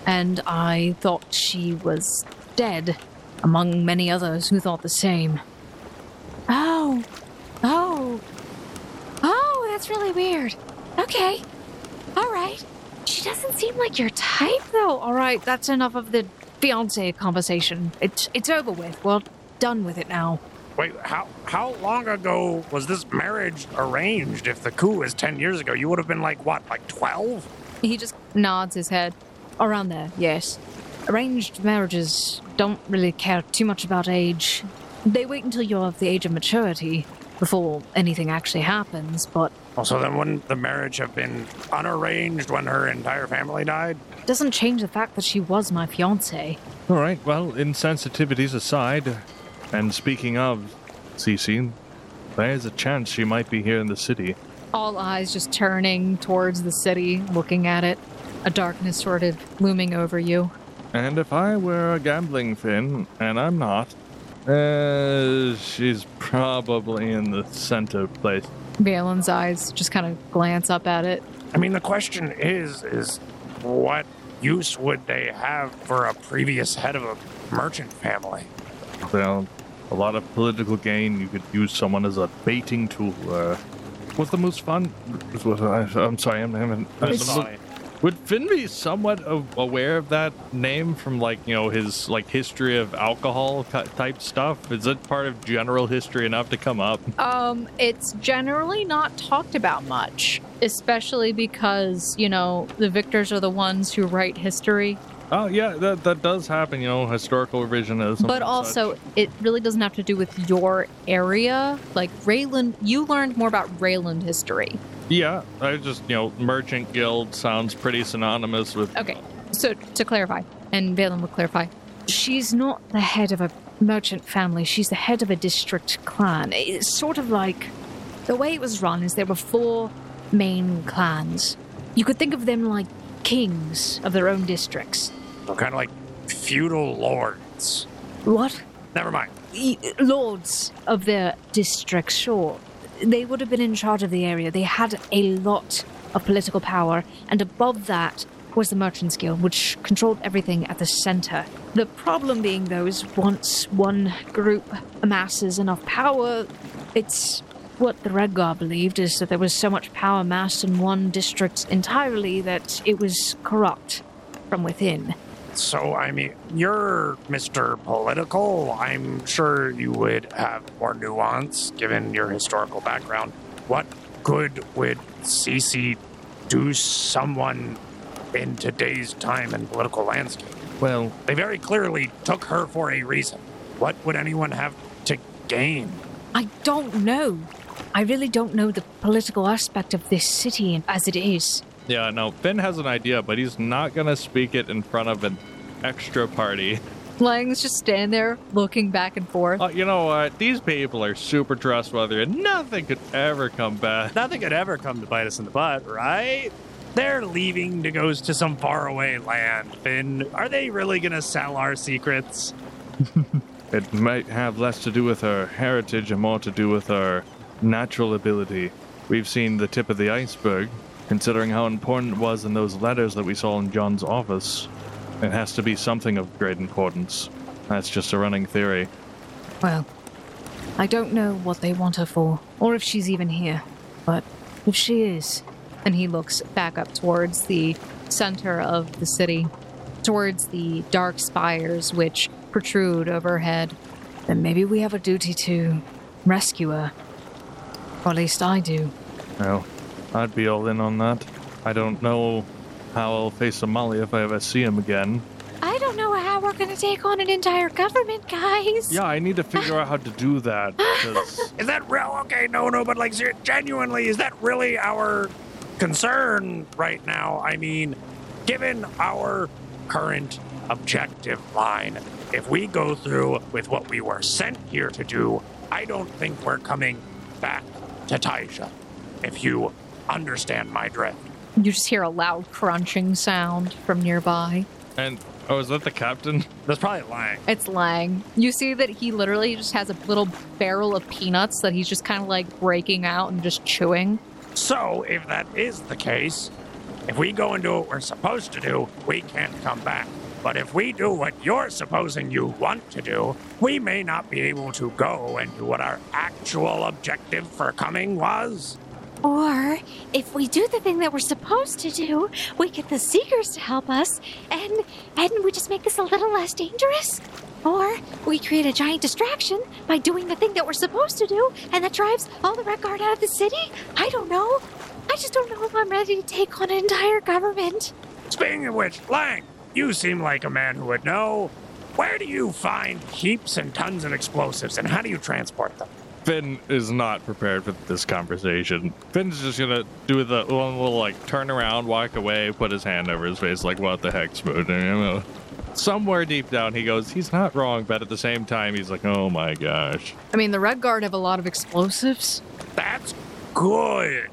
Speaker 4: And I thought she was dead, among many others who thought the same.
Speaker 5: Oh, oh, oh, that's really weird. Okay, all right. She doesn't seem like your type,
Speaker 4: Though, all right, that's enough of the fiance conversation. It's it's over with. We're done with it now.
Speaker 1: Wait, how how long ago was this marriage arranged? If the coup is ten years ago, you would have been like what, like twelve?
Speaker 4: He just nods his head. Around there, yes. Arranged marriages don't really care too much about age. They wait until you're of the age of maturity before anything actually happens, but
Speaker 1: Well, so then wouldn't the marriage have been unarranged when her entire family died?
Speaker 4: it doesn't change the fact that she was my fiance.
Speaker 3: All right, well, insensitivities aside, and speaking of Cece, there's a chance she might be here in the city.
Speaker 4: All eyes just turning towards the city, looking at it. A darkness sort of looming over you.
Speaker 3: And if I were a gambling Finn, and I'm not, uh, she's probably in the center place.
Speaker 4: Valen's eyes just kind of glance up at it.
Speaker 1: I mean, the question is, is what use would they have for a previous head of a merchant family?
Speaker 3: Well, a lot of political gain. You could use someone as a baiting tool. Uh, what's the most fun? what- I- I'm sorry, I'm having.
Speaker 6: It's-
Speaker 3: the, Would Finn be somewhat a- aware of that name from like you know his like history of alcohol ki- type stuff? Is it part of general history enough to come up?
Speaker 5: Um, it's generally not talked about much, especially because, you know, the victors are the ones who write history.
Speaker 3: Oh yeah, that that does happen. You know, historical revisionism.
Speaker 5: but
Speaker 3: and
Speaker 5: also,
Speaker 3: such.
Speaker 5: it really doesn't have to do with your area. Like, Rayland, you learned more about Rayland history.
Speaker 3: yeah, I just you know merchant guild sounds pretty synonymous with.
Speaker 5: Okay, so to clarify, and Valen will clarify, she's not the head of a merchant family, she's the head of a district clan. It's sort of like the way it was run is there were four
Speaker 4: Main clans. You could think of them like kings of their own districts.
Speaker 1: kind of like feudal lords.
Speaker 4: What?
Speaker 1: Never mind.
Speaker 4: E- Lords of their districts, sure. They would have been in charge of the area. They had a lot of political power, and above that was the Merchants Guild, which controlled everything at the center. The problem being, though, is once one group amasses enough power, it's what the Red Guard believed is that there was so much power amassed in one district entirely that it was corrupt from within.
Speaker 1: So, I mean, you're Mr. Political. I'm sure you would have more nuance given your historical background. What good would Cece do someone in today's time and political landscape?
Speaker 3: Well,
Speaker 1: They very clearly took her for a reason. What would anyone have to gain?
Speaker 4: I don't know. I really don't know the political aspect of this city as it is.
Speaker 3: yeah, no. Finn has an idea, but he's not gonna speak it in front of an extra party.
Speaker 5: Lang's just standing there looking back and forth.
Speaker 3: Uh, you know what? These people are super trustworthy, and nothing could ever come back.
Speaker 6: Nothing could ever come to bite us in the butt, right?
Speaker 1: They're leaving to go to some faraway land, Finn. Are they really going to sell our secrets?
Speaker 3: It might have less to do with her heritage and more to do with her natural ability. We've seen the tip of the iceberg, considering how important it was in those letters that we saw in John's office. It has to be something of great importance. That's just a running theory.
Speaker 4: Well, I don't know what they want her for, or if she's even here. But if she is,
Speaker 5: and he looks back up towards the center of the city, towards the dark spires which protrude overhead.
Speaker 4: then maybe we have a duty to rescue her. Or at least I do.
Speaker 3: Well, I'd be all in on that. I don't know how I'll face Amali if I ever see him again.
Speaker 4: I don't know how we're gonna take on an entire government, guys.
Speaker 3: Yeah, I need to figure out how to do that. 'cause-
Speaker 1: Is that real? Okay, no, no, but like, ser- genuinely, is that really our concern right now? I mean, given our current objective line, if we go through with what we were sent here to do, I don't think we're coming back to Taisha, if you understand my drift.
Speaker 5: You just hear a loud crunching sound from nearby.
Speaker 3: and oh, is that the captain?
Speaker 6: That's probably lying.
Speaker 5: It's Lang. You see that he literally just has a little barrel of peanuts that he's just kind of like breaking out and just chewing.
Speaker 1: So, if that is the case, if we go and do what we're supposed to do, we can't come back. But if we do what you're supposing you want to do, we may not be able to go and do what our actual objective for coming was.
Speaker 4: Or if we do the thing that we're supposed to do, we get the seekers to help us, and and we just make this a little less dangerous. Or we create a giant distraction by doing the thing that we're supposed to do, and that drives all the red guard out of the city. I don't know. I just don't know if I'm ready to take on an entire government.
Speaker 1: Speaking of which, Lang, you seem like a man who would know. Where do you find heaps and tons of explosives, and how do you transport them?
Speaker 3: Finn is not prepared for this conversation. Finn's just gonna do the one little like turn around, walk away, put his hand over his face, like what the heck, Spoon? You know? Somewhere deep down, he goes, he's not wrong, but at the same time, he's like, oh my gosh.
Speaker 5: I mean, the Red Guard have a lot of explosives.
Speaker 1: That's good.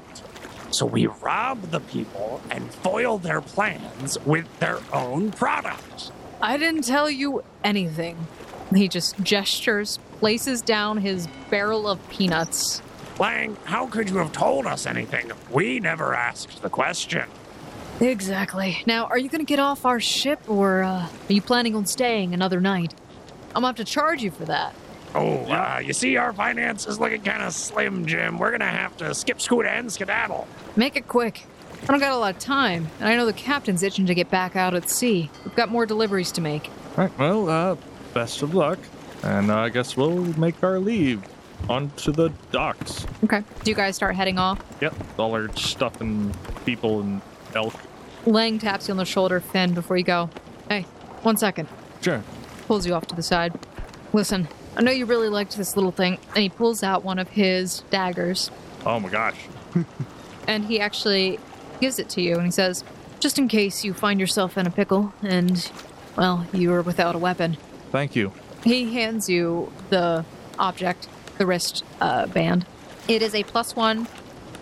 Speaker 1: So we rob the people and foil their plans with their own product.
Speaker 5: I didn't tell you anything. He just gestures, places down his barrel of peanuts.
Speaker 1: Lang, how could you have told us anything? We never asked the question.
Speaker 5: Exactly. Now, are you going to get off our ship, or uh, are you planning on staying another night? I'm going to have to charge you for that.
Speaker 1: Oh, uh, you see, our finance is looking kind of slim, Jim. We're going to have to skip, scoot, and skedaddle.
Speaker 5: Make it quick.
Speaker 4: I don't got a lot of time, and I know the captain's itching to get back out at sea. We've got more deliveries to make.
Speaker 3: All right, well, uh, best of luck. And uh, I guess we'll make our leave onto the docks.
Speaker 4: Okay. Do you guys start heading off?
Speaker 3: Yep, all our stuff and people and elk.
Speaker 4: Lang taps you on the shoulder, Finn, before you go. Hey, one second.
Speaker 3: Sure.
Speaker 4: Pulls you off to the side. Listen, I know you really liked this little thing, and he pulls out one of his daggers,
Speaker 3: Oh my gosh.
Speaker 4: and he actually gives it to you, and he says, just in case you find yourself in a pickle, and, well, you are without a weapon.
Speaker 3: Thank you.
Speaker 4: He hands you the object, the wrist uh, band. It is a plus one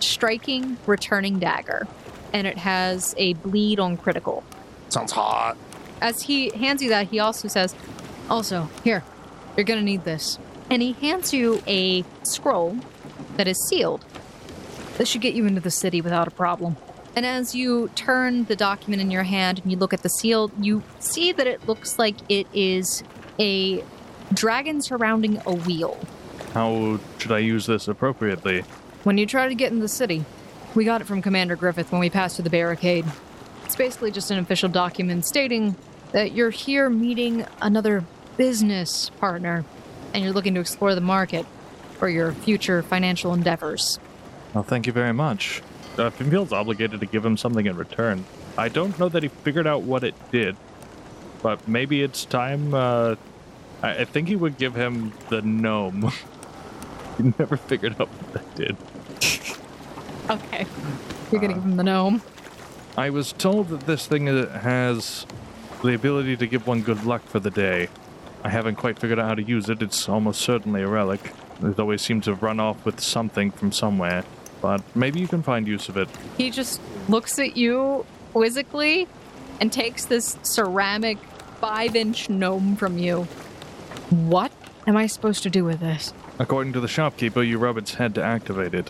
Speaker 4: striking returning dagger, and it has a bleed on critical.
Speaker 6: Sounds hot.
Speaker 4: As he hands you that, he also says, Also, here, you're going to need this. And he hands you a scroll that is sealed. This should get you into the city without a problem. And as you turn the document in your hand and you look at the seal, you see that it looks like it is a dragon surrounding a wheel.
Speaker 3: How should I use this appropriately?
Speaker 4: When you try to get in the city, we got it from Commander Griffith when we passed through the barricade. It's basically just an official document stating that you're here meeting another business partner and you're looking to explore the market for your future financial endeavors.
Speaker 3: Well, thank you very much. Uh, Finn feels obligated to give him something in return. I don't know that he figured out what it did, but maybe it's time. Uh, I, I think he would give him the gnome. he never figured out what that did.
Speaker 4: Okay. You're going to give him the gnome.
Speaker 3: I was told that this thing uh, has the ability to give one good luck for the day. I haven't quite figured out how to use it. It's almost certainly a relic. It always seems to run off with something from somewhere, but maybe you can find use of it.
Speaker 4: He just looks at you quizzically and takes this ceramic five inch gnome from you. What am I supposed to do with this?
Speaker 3: According to the shopkeeper, you rub its head to activate it.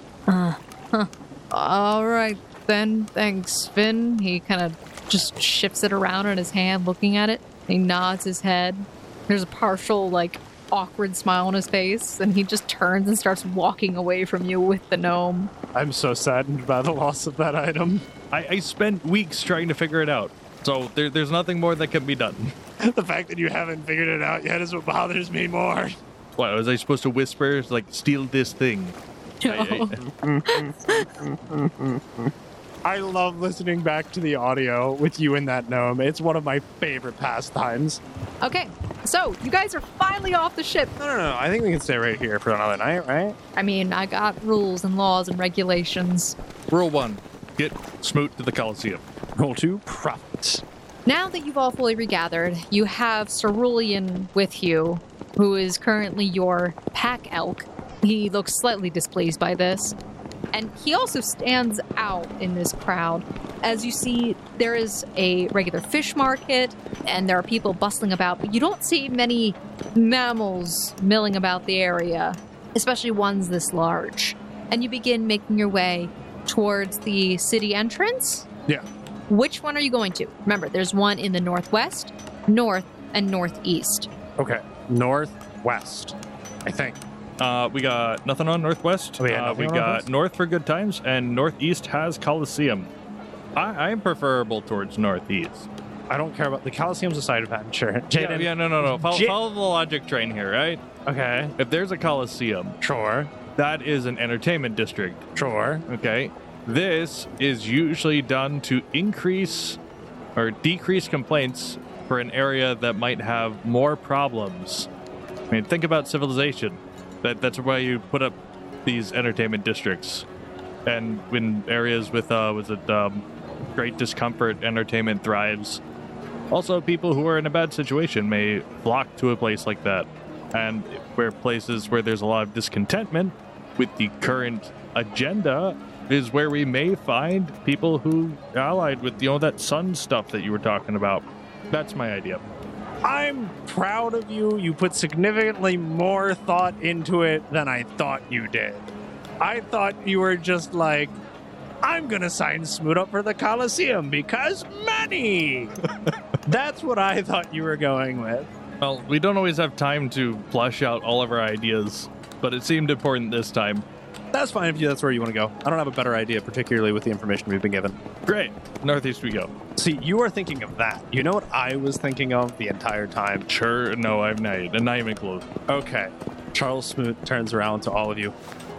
Speaker 4: All right, then. Thanks, Finn. He kind of just shifts it around in his hand, looking at it. He nods his head. There's a partial, like, awkward smile on his face, and he just turns and starts walking away from you with the gnome.
Speaker 1: I'm so saddened by the loss of that item.
Speaker 3: I, I spent weeks trying to figure it out, so there, there's nothing more that can be done.
Speaker 6: The fact that you haven't figured it out yet is what bothers me more.
Speaker 3: What, was I supposed to whisper, like, steal this thing? I- I-
Speaker 1: I love listening back to the audio with you and that gnome. It's one of my favorite pastimes.
Speaker 4: Okay, so you guys are finally off the ship.
Speaker 6: No, no, no. I think we can stay right here for another night, right?
Speaker 4: I mean, I got rules and laws and regulations.
Speaker 3: Rule one get Smoot to the Coliseum.
Speaker 1: Roll two profits.
Speaker 4: Now that you've all fully regathered, you have Cerulean with you, who is currently your pack elk. He looks slightly displeased by this. And he also stands out in this crowd. As you see, there is a regular fish market and there are people bustling about, but you don't see many mammals milling about the area, especially ones this large. And you begin making your way towards the city entrance. Which one are you going to? Remember, there's one in the northwest, north, and northeast.
Speaker 1: Okay. Northwest, I think.
Speaker 3: Uh, we got nothing on Northwest.
Speaker 1: Oh, yeah,
Speaker 3: uh,
Speaker 1: nothing
Speaker 3: we
Speaker 1: on
Speaker 3: got
Speaker 1: Northwest.
Speaker 3: North for good times, and Northeast has Coliseum. I, I'm preferable towards Northeast.
Speaker 1: I don't care about the Coliseum's a side event, sure.
Speaker 3: yeah,
Speaker 1: Jaden.
Speaker 3: yeah, no, no, no. Follow,
Speaker 1: J-
Speaker 3: follow the logic train here, right?
Speaker 1: Okay.
Speaker 3: If there's a Coliseum,
Speaker 1: Sure.
Speaker 3: that is an entertainment district.
Speaker 1: Sure.
Speaker 3: Okay. This is usually done to increase or decrease complaints for an area that might have more problems. I mean, think about civilization. That that's why you put up these entertainment districts, and in areas with uh, was it um, great discomfort, entertainment thrives. Also, people who are in a bad situation may flock to a place like that, and where places where there's a lot of discontentment with the current agenda is where we may find people who allied with you know that sun stuff that you were talking about. That's my idea.
Speaker 1: I'm proud of you. You put significantly more thought into it than I thought you did. I thought you were just like, I'm gonna sign Smoot up for the Coliseum because money. That's what I thought you were going with.
Speaker 3: Well, we don't always have time to flush out all of our ideas, but it seemed important this time.
Speaker 6: That's fine if you, that's where you want to go. I don't have a better idea, particularly with the information we've been given.
Speaker 3: Great. Northeast we go.
Speaker 6: See, you are thinking of that. You know what I was thinking of the entire time?
Speaker 3: Sure. No, I'm not. And not even close.
Speaker 6: Okay. Charles Smoot turns around to all of you.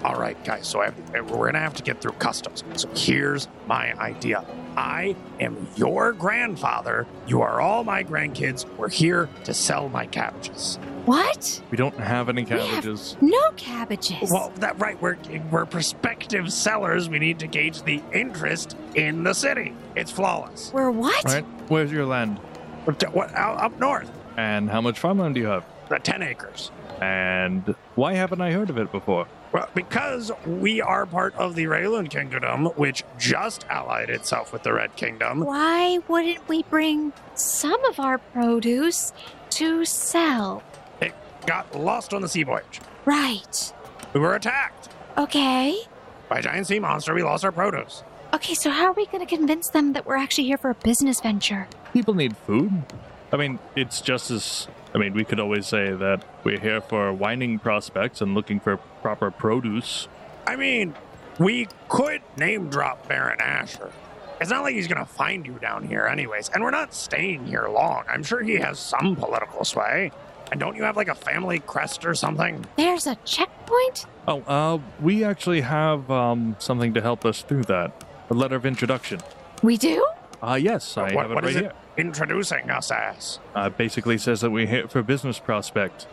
Speaker 1: All right, guys. So I we're gonna have to get through customs. So here's my idea. I am your grandfather. You are all my grandkids. We're here to sell my cabbages.
Speaker 5: What?
Speaker 3: We don't have any
Speaker 5: have-
Speaker 3: cabbages.
Speaker 5: No cabbages.
Speaker 1: Well, that right. We're we're prospective sellers. We need to gauge the interest in the city. It's flawless.
Speaker 5: We're what?
Speaker 3: Right? Where's your land?
Speaker 1: What, out, up north,
Speaker 3: And how much farmland do you have?
Speaker 1: the ten acres.
Speaker 3: And why haven't I heard of it before?
Speaker 1: Well, because we are part of the Raylan Kingdom, which just allied itself with the Red Kingdom.
Speaker 5: Why wouldn't we bring some of our produce to sell?
Speaker 1: It got lost on the sea voyage.
Speaker 5: Right.
Speaker 1: We were attacked
Speaker 5: Okay.
Speaker 1: by a giant sea monster. We lost our produce.
Speaker 5: Okay, so how are we going to convince them that we're actually here for a business venture?
Speaker 3: People need food. I mean, it's just as. I mean, we could always say that we're here for wining prospects and looking for proper produce.
Speaker 1: I mean, we could name drop Baron Asher. It's not like he's going to find you down here, anyways. And we're not staying here long. I'm sure he has some political sway. And don't you have like a family crest or something?
Speaker 5: There's a checkpoint?
Speaker 3: Oh, uh, we actually have um, something to help us through that. A letter of introduction.
Speaker 5: We do?
Speaker 3: Uh, yes, I
Speaker 1: what
Speaker 3: have it
Speaker 1: what
Speaker 3: right
Speaker 1: is
Speaker 3: here.
Speaker 1: it introducing us as?
Speaker 3: Uh, basically says that we're here for business prospect.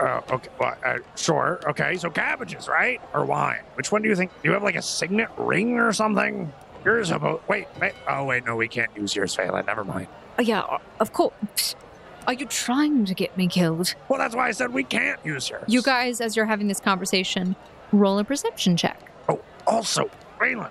Speaker 1: Uh, okay, well, uh, sure. Okay, so cabbages, right? Or wine? Which one do you think? Do you have like a signet ring or something? Yours about. Wait, wait. Oh, wait, no, we can't use yours, Phelan. Never mind.
Speaker 4: Oh, yeah, o- of course. Are you trying to get me killed?
Speaker 1: Well, that's why I said we can't use yours.
Speaker 5: You guys, as you're having this conversation, roll a perception check.
Speaker 1: Oh, also, Raylan,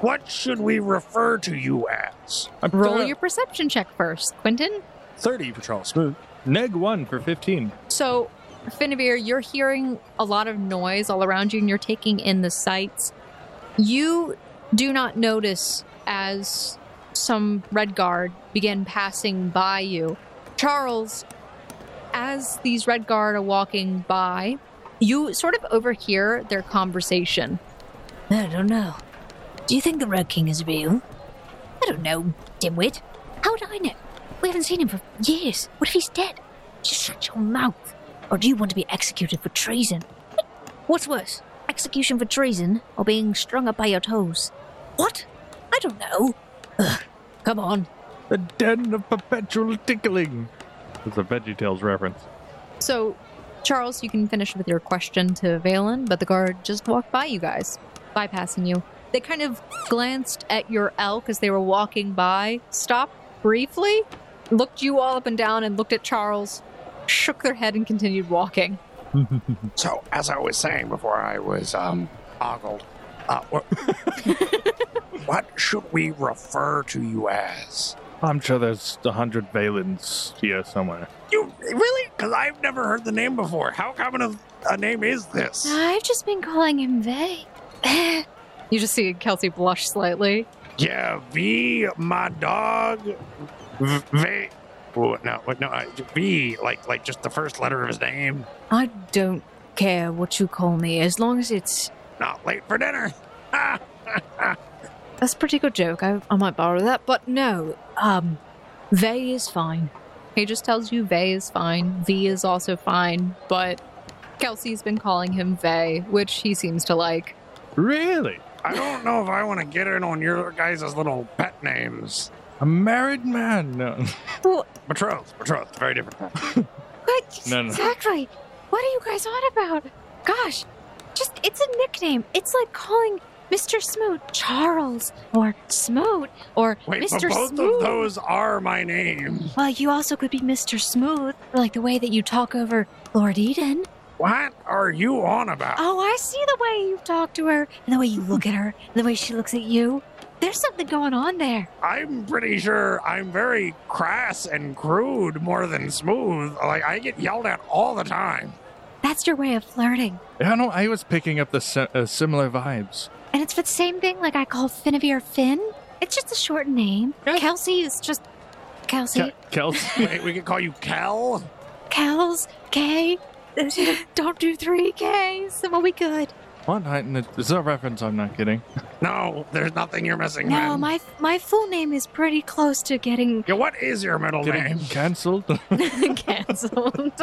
Speaker 1: what should we refer to you as?
Speaker 3: I'm
Speaker 5: Roll
Speaker 3: thir-
Speaker 5: your perception check first, Quentin.
Speaker 6: 30 for Charles Smoot.
Speaker 3: neg one for fifteen.
Speaker 5: So, Finnevere, you're hearing a lot of noise all around you and you're taking in the sights. You do not notice as some red guard begin passing by you. Charles, as these red guard are walking by, you sort of overhear their conversation.
Speaker 2: I don't know. Do you think the Red King is real? I don't know, dimwit. How would I know? We haven't seen him for years. What if he's dead? Just shut your mouth. Or do you want to be executed for treason? What's worse, execution for treason or being strung up by your toes? What? I don't know. Ugh, come on.
Speaker 3: The den of perpetual tickling. It's a VeggieTales reference.
Speaker 5: So, Charles, you can finish with your question to Valen, but the guard just walked by you guys, bypassing you. They kind of glanced at your elk as they were walking by, stopped briefly, looked you all up and down, and looked at Charles, shook their head, and continued walking.
Speaker 1: So, as I was saying before, I was um ogled. Uh, what, what should we refer to you as?
Speaker 3: I'm sure there's a hundred Valens here somewhere.
Speaker 1: You really? Because I've never heard the name before. How common a, a name is
Speaker 4: Uh,
Speaker 1: this?
Speaker 5: I've just been calling him Vay. you just see Kelsey blush slightly.
Speaker 1: Yeah, V, my dog. V. v Ooh, no, wait, no, I- V, like, like just the first letter of his name.
Speaker 4: I don't care what you call me, as long as it's.
Speaker 1: Not late for dinner. Ah,
Speaker 4: That's a pretty good joke. I, I might borrow that, but no. Um, they is fine.
Speaker 5: He just tells you Vay is fine, V is also fine, but Kelsey's been calling him Vay, which he seems to like.
Speaker 3: Really?
Speaker 1: I don't know if I want to get in on your guys' little pet names.
Speaker 3: A married man? No,
Speaker 1: Betrothed, betrothed, very different.
Speaker 5: What?
Speaker 3: No, no.
Speaker 5: Exactly. What are you guys on about? Gosh, just it's a nickname. It's like calling Mr. Smoot Charles or Smoot or
Speaker 1: Wait,
Speaker 5: Mr.
Speaker 1: but both
Speaker 5: Smoot.
Speaker 1: of those are my names.
Speaker 5: Well, you also could be Mr. Smooth, like the way that you talk over Lord Eden.
Speaker 1: What are you on about?
Speaker 5: Oh, I see the way you talk to her and the way you look at her and the way she looks at you. There's something going on there.
Speaker 1: I'm pretty sure I'm very crass and crude more than smooth. Like, I get yelled at all the time.
Speaker 5: That's your way of flirting.
Speaker 3: yeah, no. I was picking up the si- uh, similar vibes.
Speaker 5: And it's the same thing like I call Finnevere Finn. It's just a short name. Kelsey is just Kelsey.
Speaker 3: Ke- Kelsey,
Speaker 1: Wait, we could call you Kel?
Speaker 5: Kels, K. Don't do three Ks. Well, we could.
Speaker 3: What? I, it's a reference. I'm not kidding.
Speaker 1: No, there's nothing you're missing,
Speaker 5: No,
Speaker 1: man.
Speaker 5: my my full name is pretty close to getting
Speaker 1: Yeah, what is your middle
Speaker 3: Getting
Speaker 1: name?
Speaker 3: cancelled.
Speaker 5: canceled.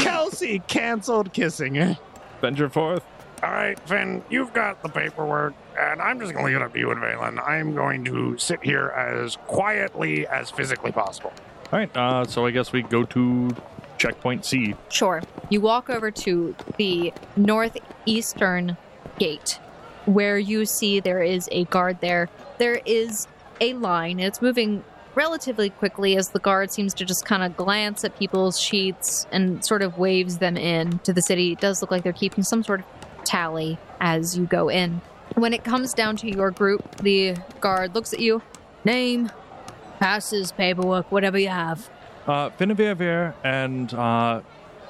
Speaker 1: Kelsey canceled kissing. eh?
Speaker 3: Venture forth.
Speaker 1: All right, Finn, you've got the paperwork, and I'm just going to leave it up to you and Valen. I'm going to sit here as quietly as physically possible.
Speaker 3: All right. Uh, so I guess we go to checkpoint C.
Speaker 5: Sure. You walk over to the northeastern gate where you see there is a guard there. There is a line. It's moving relatively quickly as the guard seems to just kind of glance at people's sheets and sort of waves them in to the city. It does look like they're keeping some sort of tally as you go in. When it comes down to your group, the guard looks at you.
Speaker 2: Name, passes, paperwork, whatever you have.
Speaker 3: Uh, Finavir and uh,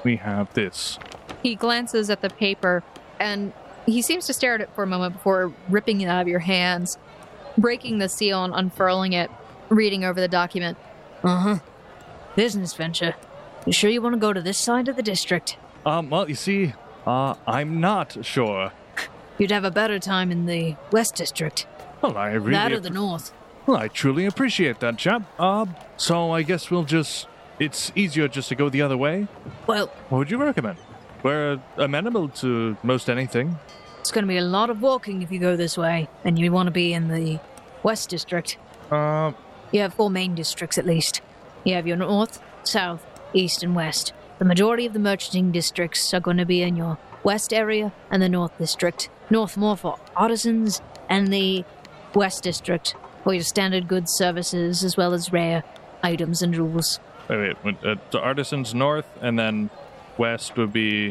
Speaker 3: we have this.
Speaker 5: He glances at the paper and he seems to stare at it for a moment before ripping it out of your hands, breaking the seal and unfurling it, reading over the document.
Speaker 2: Uh huh. Business venture. You sure you want to go to this side of the district?
Speaker 3: Um, well, you see, uh, I'm not sure.
Speaker 2: You'd have a better time in the West District.
Speaker 3: Well, I really,
Speaker 2: That or the North.
Speaker 3: well, I truly appreciate that, chap. Uh, so I guess we'll just. It's easier just to go the other way.
Speaker 2: Well,
Speaker 3: What would you recommend? We're amenable to most anything.
Speaker 2: it's going to be a lot of walking if you go this way, and you want to be in the West District.
Speaker 3: Uh,
Speaker 2: You have four main districts at least. You have your north, south, east, and west. The majority of the merchanting districts are going to be in your west area and the north district. North more for artisans, and the west district for your standard goods services as well as rare items and jewels.
Speaker 3: wait, wait. wait, Uh, the artisans north and then west would be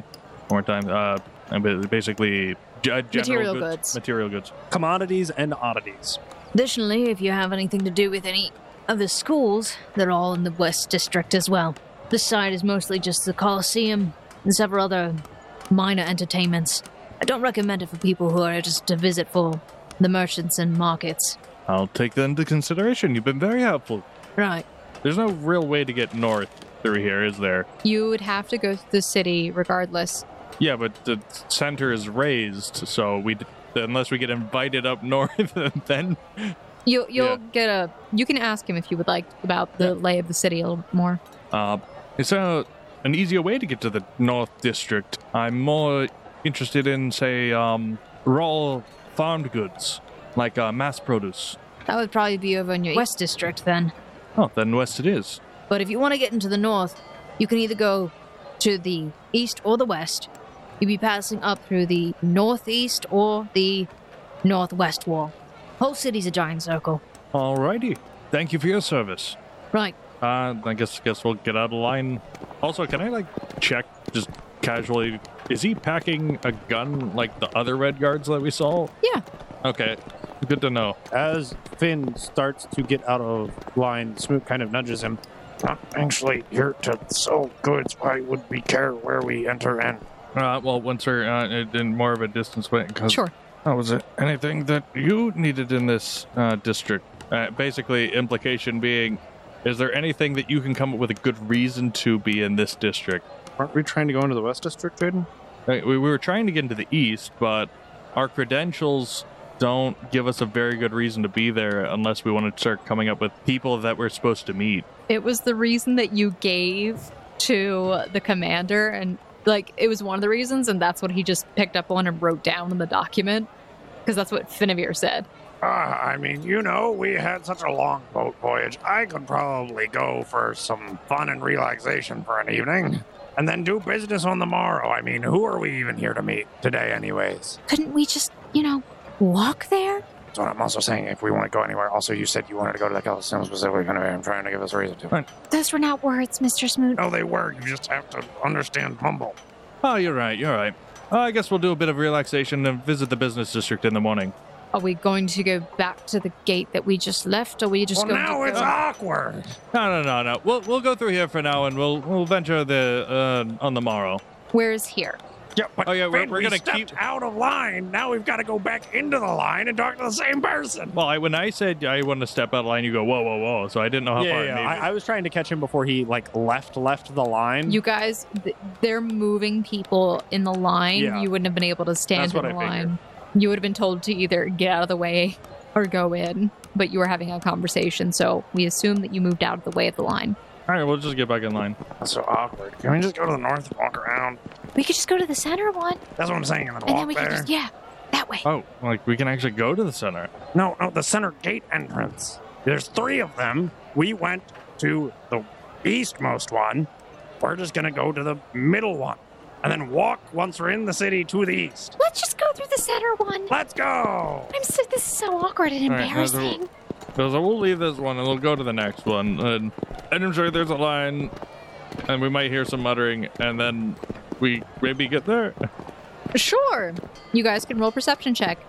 Speaker 3: one more time. Uh, and ba- basically g- uh, general
Speaker 5: Material
Speaker 3: goods,
Speaker 5: goods.
Speaker 3: Material goods.
Speaker 6: Commodities and oddities.
Speaker 2: Additionally, if you have anything to do with any of the schools, they're all in the west district as well. This side is mostly just the Colosseum and several other minor entertainments. I don't recommend it for people who are just to visit for the merchants and markets.
Speaker 3: I'll take that into consideration. You've been very helpful.
Speaker 2: Right.
Speaker 3: There's no real way to get north through here, is there?
Speaker 5: You would have to go through the city regardless.
Speaker 3: Yeah, but the center is raised, so we d- unless we get invited up north, then
Speaker 5: You, you'll
Speaker 3: Yeah.
Speaker 5: get a. You can ask him if you would like about the lay of the city a little bit more.
Speaker 3: uh, it's a an easier way to get to the north district. I'm more interested in say um, raw farmed goods like uh, mass produce.
Speaker 5: That would probably be over in your west.
Speaker 2: West district, then.
Speaker 3: Oh, then west it is.
Speaker 2: But if you want to get into the north, you can either go to the east or the west. You'd be passing up through the northeast or the northwest wall. Whole city's a giant circle.
Speaker 3: Alrighty, thank you for your service.
Speaker 2: Right.
Speaker 3: Uh, I guess guess we'll get out of line. Also, can I like check just casually? Is he packing a gun like the other red guards that we saw?
Speaker 5: Yeah.
Speaker 3: Okay, good to know.
Speaker 6: As Finn starts to get out of line, Smoot kind of nudges him.
Speaker 1: Not actually here to sell goods. Why would we care where we enter in?
Speaker 3: Uh, well, once we're uh, in more of a distance way. 'cause-
Speaker 5: Sure.
Speaker 3: Oh, was it anything that you needed in this uh, district? Uh, basically, implication being, is there anything that you can come up with a good reason to be in this district?
Speaker 6: Aren't we trying to go into the West District, Jaden?
Speaker 3: Uh, We we were trying to get into the east, but our credentials don't give us a very good reason to be there unless we want to start coming up with people that we're supposed to meet.
Speaker 5: It was the reason that you gave to the commander, and like it was one of the reasons, and that's what he just picked up on and wrote down in the document because that's what Finavir said.
Speaker 1: Ah, I mean, you know, we had such a long boat voyage. I could probably go for some fun and relaxation for an evening. And then do business on the morrow. I mean, who are we even here to meet today, anyways?
Speaker 5: Couldn't we just, you know, walk there?
Speaker 1: That's what I'm also saying. If we want to go anywhere, also, you said you wanted to go to the Coliseum specifically. kind of, I'm trying to give us a reason to.
Speaker 5: Those were not words, Mr. Smoot.
Speaker 1: No, they were. You just have to understand mumble.
Speaker 3: Oh, you're right. You're right. Uh, I guess we'll do a bit of relaxation and visit the business district in the morning.
Speaker 5: Are we going to go back to the gate that we just left? Or are we just
Speaker 1: Well,
Speaker 5: going
Speaker 1: now
Speaker 5: to
Speaker 1: it's
Speaker 5: go?
Speaker 1: awkward.
Speaker 3: No, no, no, no. We'll we'll go through here for now, and we'll we'll venture the uh, on the morrow.
Speaker 5: Where is here?
Speaker 1: Yeah, but
Speaker 3: Oh, yeah, we're-
Speaker 1: Finn,
Speaker 3: we're
Speaker 1: we
Speaker 3: gonna
Speaker 1: stepped
Speaker 3: keep-
Speaker 1: out of line. Now we've got to go back into the line and talk to the same person.
Speaker 3: Well, I, when I said I want to step out of line, you go whoa, whoa, whoa. So I didn't know how
Speaker 6: yeah,
Speaker 3: far.
Speaker 6: yeah,
Speaker 3: it made me.
Speaker 6: I, I was trying to catch him before he like left left the line.
Speaker 5: You guys, th- they're moving people in the line.
Speaker 6: Yeah.
Speaker 5: You wouldn't have been able to stand
Speaker 6: That's what
Speaker 5: in the
Speaker 6: I figured.
Speaker 5: line. You would have been told to either get out of the way or go in, but you were having a conversation, so we assume that you moved out of the way of the line.
Speaker 3: All right, we'll just get back in line.
Speaker 1: That's so awkward. Can we just go to the north and walk around?
Speaker 4: We could just go to the center one,
Speaker 1: That's what I'm saying. And then
Speaker 4: and
Speaker 1: walk
Speaker 4: then we
Speaker 1: there.
Speaker 4: could just yeah, that way.
Speaker 3: Oh, like we can actually go to the center.
Speaker 1: No, no, the center gate entrance. There's three of them. We went to the eastmost one. We're just gonna go to the middle one, and then walk once we're in the city to the east.
Speaker 4: Let's just go through the center one.
Speaker 1: Let's go.
Speaker 4: I'm so this is so awkward and
Speaker 3: All right, that's all.
Speaker 4: embarrassing.
Speaker 3: So so we'll leave this one and we'll go to the next one. And, and I'm sure there's a line, and we might hear some muttering, and then we maybe get there.
Speaker 5: Sure. You guys can roll perception check.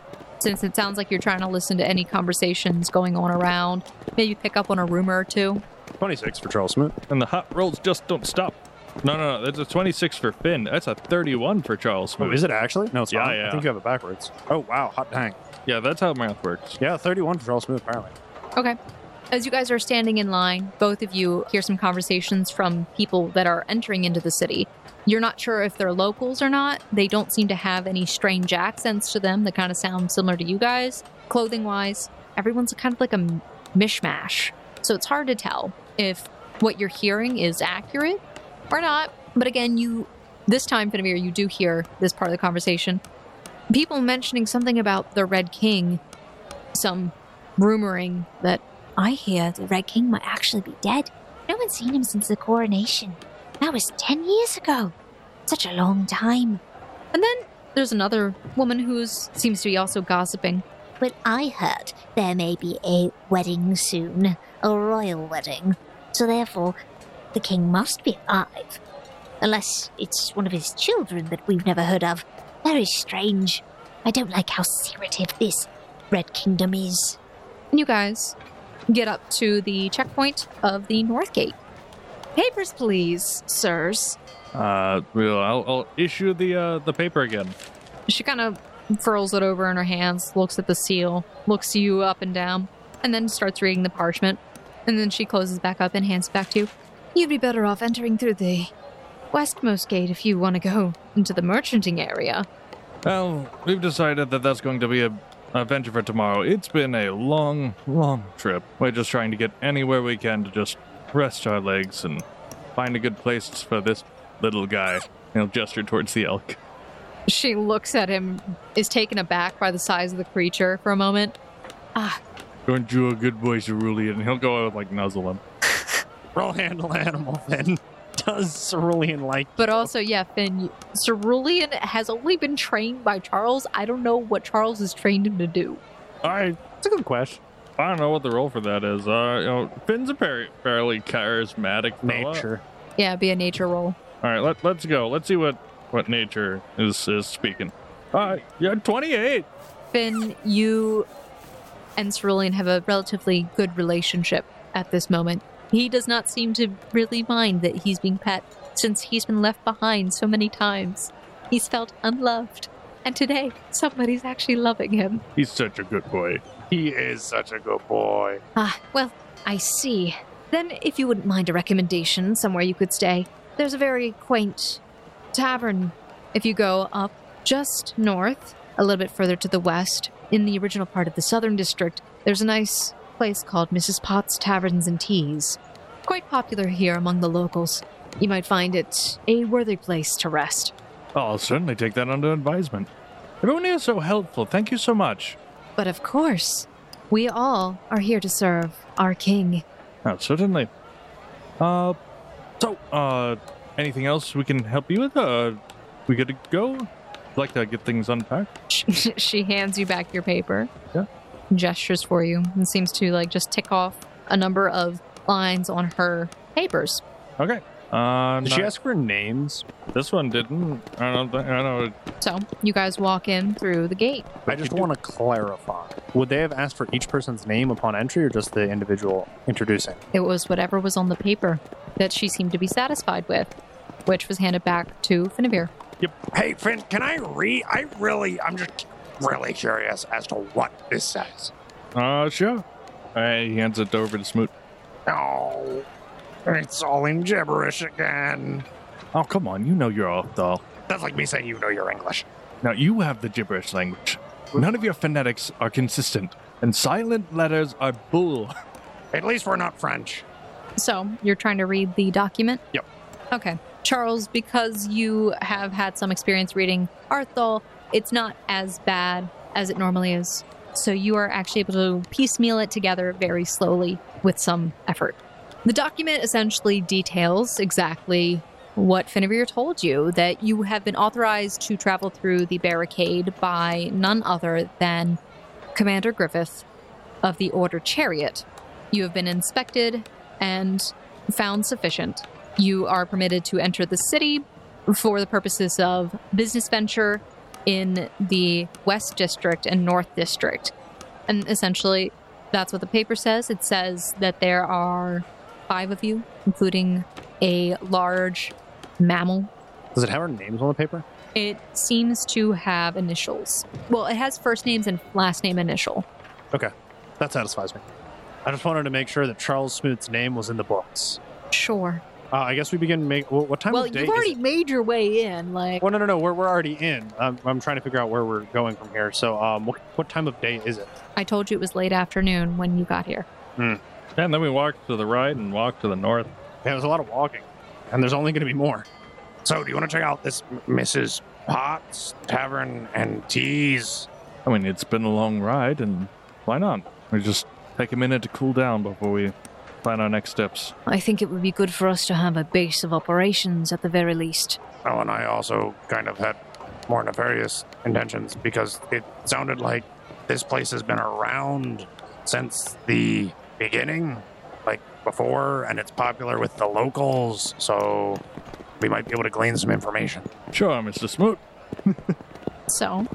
Speaker 5: Since it sounds like you're trying to listen to any conversations going on around, maybe pick up on a rumor or two.
Speaker 6: 26 for Charles Smoot.
Speaker 3: And the hot rolls just don't stop. No, no, no. That's a 26 for Finn. That's a 31 for Charles.
Speaker 6: Oh, is it actually? No, it's
Speaker 3: Yeah,
Speaker 6: not.
Speaker 3: yeah.
Speaker 6: I think you have it backwards. Oh wow, hot dang.
Speaker 3: Yeah, that's how math works.
Speaker 6: Yeah, 31 for Charles Smoot apparently.
Speaker 5: Okay. As you guys are standing in line, both of you hear some conversations from people that are entering into the city. You're not sure if they're locals or not. They don't seem to have any strange accents to them that kind of sound similar to you guys. Clothing wise, everyone's kind of like a m- mishmash. So it's hard to tell if what you're hearing is accurate or not. But again, you, this time, Finavir, you do hear this part of the conversation. People mentioning something about the Red King, some rumoring that
Speaker 4: I hear the Red King might actually be dead. No one's seen him since the coronation. That was ten years ago. Such a long time.
Speaker 5: And then there's another woman who seems to be also gossiping.
Speaker 8: But I heard there may be a wedding soon, a royal wedding. So therefore, the king must be alive. Unless it's one of his children that we've never heard of. Very strange. I don't like how secretive this Red Kingdom is.
Speaker 5: And you guys get up to the checkpoint of the North Gate.
Speaker 7: Papers, please, sirs.
Speaker 3: Uh, well, I'll, I'll issue the uh, the paper again.
Speaker 5: She kind of furls it over in her hands, looks at the seal, looks you up and down, and then starts reading the parchment. And then she closes back up and hands it back to you.
Speaker 7: You'd be better off entering through the.
Speaker 5: Westmost Gate if you want to go into the merchanting area.
Speaker 3: Well, we've decided that that's going to be a, a venture for tomorrow. It's been a long, long trip. We're just trying to get anywhere we can to just rest our legs and find a good place for this little guy. He'll gesture towards the elk.
Speaker 5: She looks at him, is taken aback by the size of the creature for a moment.
Speaker 3: Aren't you a good boy, Cerulean? And he'll go out like nuzzle him.
Speaker 6: Roll handle animal then. Does Cerulean like
Speaker 5: But also, yeah, Finn, you- Cerulean has only been trained by Charles. I don't know what Charles has trained him to do.
Speaker 3: I,
Speaker 6: It's a good question.
Speaker 3: I don't know what the role for that is. Uh, you know, Finn's a par- fairly charismatic fella.
Speaker 6: Nature.
Speaker 5: Yeah, be a nature roll.
Speaker 3: All right, let, let's go. Let's see what, what nature is, is speaking. Uh, yeah, 28.
Speaker 5: Finn, you and Cerulean have a relatively good relationship at this moment. He does not seem to really mind that he's being pet since he's been left behind so many times. He's felt unloved. And today, somebody's actually loving him.
Speaker 3: He's such a good boy.
Speaker 1: He is such a good boy.
Speaker 5: Ah, well, I see. Then, if you wouldn't mind a recommendation somewhere you could stay, there's a very quaint tavern. If you go up just north, a little bit further to the west, in the original part of the southern district, there's a nice place called Mrs. Potts Taverns and Teas. Quite popular here among the locals. You might find it a worthy place to rest.
Speaker 3: Oh, I'll certainly take that under advisement. Everyone is so helpful. Thank you so much.
Speaker 5: But of course, we all are here to serve our king.
Speaker 3: Oh, certainly. Uh, so, uh, anything else we can help you with? Uh, we good to go? I'd like to get things unpacked.
Speaker 5: she hands you back your paper.
Speaker 3: Yeah.
Speaker 5: Gestures for you and seems to like just tick off a number of lines on her papers.
Speaker 3: Okay. Uh,
Speaker 6: Did
Speaker 3: not-
Speaker 6: she ask for names?
Speaker 3: this one didn't. I don't. Think, I don't.
Speaker 5: So you guys walk in through the gate.
Speaker 6: I just want to clarify. Would they have asked for each person's name upon entry or just the individual introducing?
Speaker 5: It was whatever was on the paper that she seemed to be satisfied with, which was handed back to Finavir.
Speaker 1: Hey, Finn, can I read? I really, I'm just really curious as to what this says.
Speaker 3: Uh, sure. Hey, he hands it over to Smoot.
Speaker 1: No, it's all in gibberish again.
Speaker 3: Oh, come on. You know you're off, though.
Speaker 1: That's like me saying you know your English.
Speaker 3: Now, you have the gibberish language. None of your phonetics are consistent, and silent letters are bull.
Speaker 1: At least we're not French.
Speaker 5: So you're trying to read the document?
Speaker 1: Yep.
Speaker 5: Okay. Charles, because you have had some experience reading Arthol, it's not as bad as it normally is. So you are actually able to piecemeal it together very slowly with some effort. The document essentially details exactly what Finnevere told you that you have been authorized to travel through the barricade by none other than Commander Griffith of the Order Chariot. You have been inspected and found sufficient. You are permitted to enter the city for the purposes of business venture in the West District and North District. And essentially, that's what the paper says. It says that there are five of you, including a large mammal.
Speaker 6: Does it have our names on the paper?
Speaker 5: It seems to have initials. Well, it has first names and last name initial.
Speaker 6: That satisfies me. I just wanted to make sure that Charles Smoot's name was in the books.
Speaker 5: Sure.
Speaker 6: Uh, I guess we begin make. Well, what time
Speaker 7: well,
Speaker 6: of day?
Speaker 7: you've
Speaker 6: is
Speaker 7: already
Speaker 6: it?
Speaker 7: made your way in. Like,
Speaker 6: Well, no, no, no. We're, we're already in. I'm, I'm trying to figure out where we're going from here. So, um, what, what time of day is it?
Speaker 5: I told you it was late afternoon when you got here.
Speaker 3: And then we walk to the right and walk to the north.
Speaker 6: Yeah, there's a lot of walking, and there's only going to be more.
Speaker 1: So, do you want to check out this M- Mrs. Potts Tavern and Teas?
Speaker 3: I mean, it's been a long ride, and why not? We just take a minute to cool down before we plan our next steps.
Speaker 4: I think it would be good for us to have a base of operations at the very least.
Speaker 1: Oh, and I also kind of had more nefarious intentions because it sounded like this place has been around since the beginning, like before, and it's popular with the locals, so we might be able to glean some information.
Speaker 3: Sure, Mr. Smoot.
Speaker 5: So,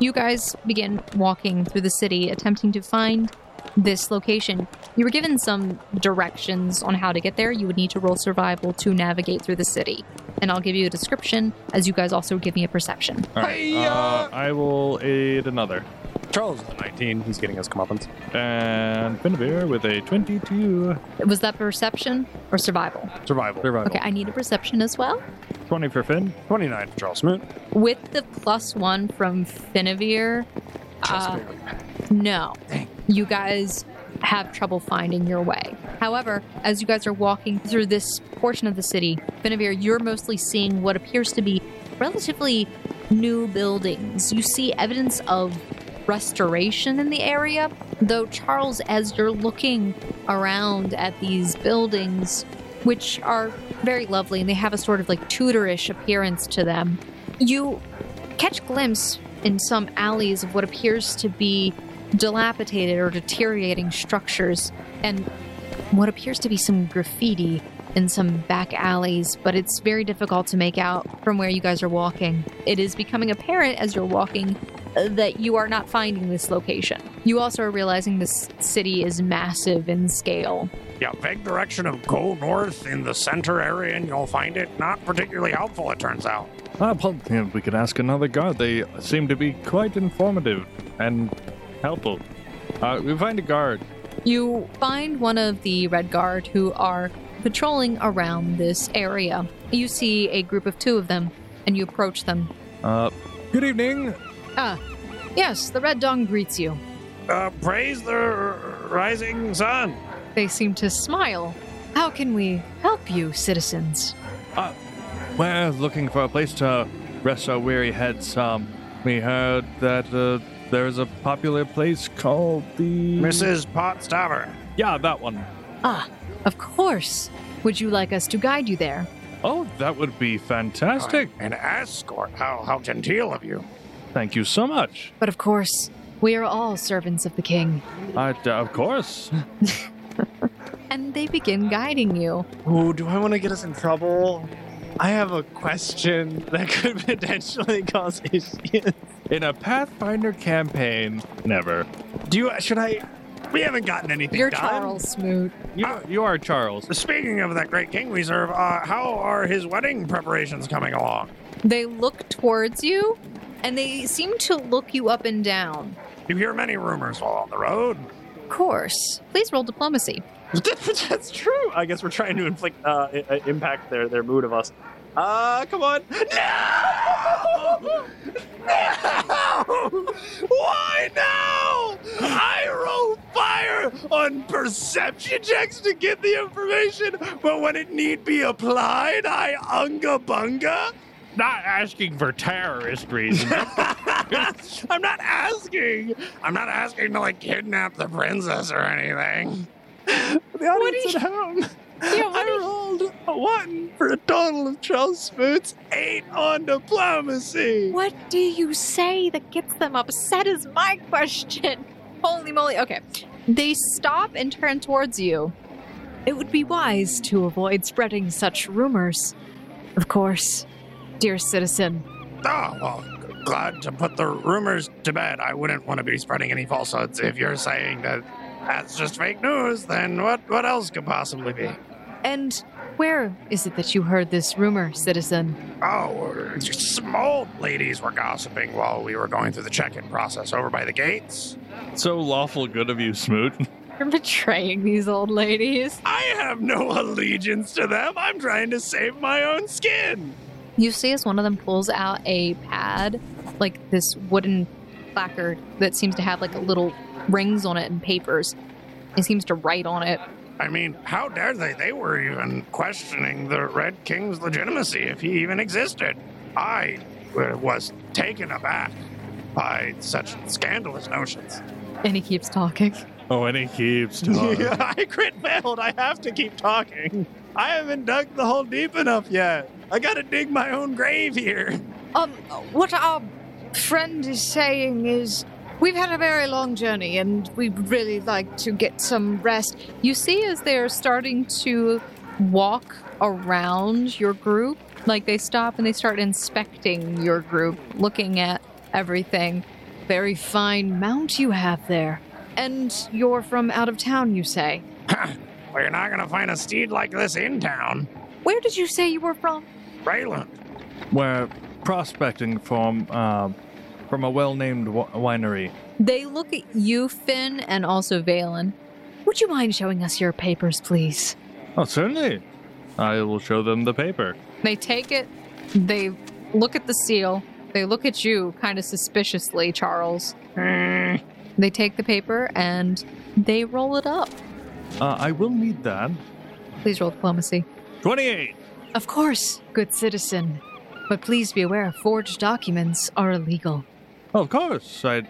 Speaker 5: you guys begin walking through the city, attempting to find this location. You were given some directions on how to get there. You would need to roll survival to navigate through the city. And I'll give you a description as you guys also give me a perception.
Speaker 3: All right. Uh, I will aid another.
Speaker 6: Charles is a 19. He's getting his comeuppance.
Speaker 3: And Finnevere with a 22.
Speaker 5: Was that perception or survival?
Speaker 6: Survival.
Speaker 3: Survival.
Speaker 5: Okay, I need a perception as well.
Speaker 3: 20 for Finn.
Speaker 6: 29 for Charles Smoot.
Speaker 5: With the plus one from Finavir, uh, no, you guys have trouble finding your way. However, as you guys are walking through this portion of the city, Finavir, you're mostly seeing what appears to be relatively new buildings. You see evidence of restoration in the area, though, Charles, as you're looking around at these buildings, which are very lovely and they have a sort of like Tudorish appearance to them. You catch glimpse in some alleys of what appears to be dilapidated or deteriorating structures and what appears to be some graffiti in some back alleys, but it's very difficult to make out from where you guys are walking. It is becoming apparent as you're walking uh, that you are not finding this location. You also are realizing this city is massive in scale.
Speaker 1: Yeah, vague direction of go north in the center area, and you'll find it not particularly helpful, it turns out.
Speaker 3: Ah, well, yeah, we could ask another guard. They seem to be quite informative and helpful. Uh, we find a guard.
Speaker 5: You find one of the Red Guard who are patrolling around this area. You see a group of two of them, and you approach them.
Speaker 3: Uh, good evening.
Speaker 5: Yes, the Red Dong greets you.
Speaker 1: Uh, praise the r- rising sun.
Speaker 5: They seem to smile. How can we help you, citizens?
Speaker 3: We're looking for a place to rest our weary heads. Um, we heard that uh, there is a popular place called the
Speaker 1: Mrs. Potts Tavern.
Speaker 3: Yeah, that one.
Speaker 5: Ah, of course. Would you like us to guide you there?
Speaker 3: Oh, that would be fantastic.
Speaker 1: An escort. How how genteel of you.
Speaker 3: Thank you so much.
Speaker 5: But of course, we are all servants of the king.
Speaker 3: I, uh, of course.
Speaker 5: And they begin guiding you.
Speaker 6: Ooh, do I want to get us in trouble? I have a question that could potentially cause issues.
Speaker 3: In a Pathfinder campaign, never.
Speaker 6: Do you, should I?
Speaker 1: We haven't gotten anything
Speaker 4: You're
Speaker 1: done.
Speaker 4: Charles Smoot.
Speaker 3: You,
Speaker 9: Ah.
Speaker 3: you are Charles.
Speaker 1: Speaking of that great king we serve, uh, how are his wedding preparations coming along?
Speaker 4: They look towards you and they seem to look you up and down.
Speaker 1: You hear many rumors while on the road.
Speaker 4: Of course. Please roll diplomacy.
Speaker 10: That's true. I guess we're trying to inflict uh, i- uh, impact their their mood of us. Uh, come on. No! No! Why now? I roll fire on perception checks to get the information, but when it need be applied, I unga bunga.
Speaker 9: Not asking for terrorist reasons.
Speaker 1: I'm not asking. I'm not asking to like kidnap the princess or anything.
Speaker 10: The audience at home. I rolled a one for a total of 12 spoons, eight on diplomacy.
Speaker 4: What do you say that gets them upset is my question. Holy moly. Okay. They stop and turn towards you. It would be wise to avoid spreading such rumors.
Speaker 11: Of course,
Speaker 4: Dear citizen,
Speaker 1: Oh, well, g- glad to put the rumors to bed. I wouldn't want to be spreading any falsehoods. If you're saying that that's just fake news, then what, what else could possibly be?
Speaker 4: and where is it that you heard this rumor, citizen?
Speaker 1: Oh, it's just some old ladies were gossiping while we were going through the check-in process over by the gates.
Speaker 3: So lawful good of you, Smoot.
Speaker 4: You're betraying these old ladies.
Speaker 1: I have no allegiance to them. I'm trying to save my own skin.
Speaker 4: You see, as one of them pulls out a pad, like this wooden placard that seems to have like little rings on it and papers. He seems to write on it.
Speaker 1: I mean, how dare they? They were even questioning the Red King's legitimacy if he even existed. I uh, was taken aback by such scandalous notions.
Speaker 4: And he keeps talking.
Speaker 3: Oh, and he keeps talking.
Speaker 10: I crit failed. I have to keep talking. I haven't dug the hole deep enough yet. I gotta dig my own grave here.
Speaker 12: Um, what our friend is saying is we've had a very long journey and we'd really like to get some rest.
Speaker 4: You see, as they're starting to walk around your group, like they stop and they start inspecting your group, looking at everything. Very fine mount you have there. And you're from out of town, you say.
Speaker 1: Well, you're not going to find a steed like this in town.
Speaker 4: Where did you say you were from?
Speaker 1: Raylan,
Speaker 3: We're prospecting from uh, from a well-named w- winery.
Speaker 4: They look at you, Finn, and also Valen. Would you mind showing us your papers, please?
Speaker 3: Oh, certainly. I will show them the paper.
Speaker 4: They take it, they look at the seal, they look at you kind of suspiciously, Charles. They take the paper and they roll it up.
Speaker 3: Uh, I will need that.
Speaker 4: Please roll diplomacy.
Speaker 3: Twenty-eight.
Speaker 4: Of course, good citizen. But please be aware forged documents are illegal.
Speaker 3: Of course. I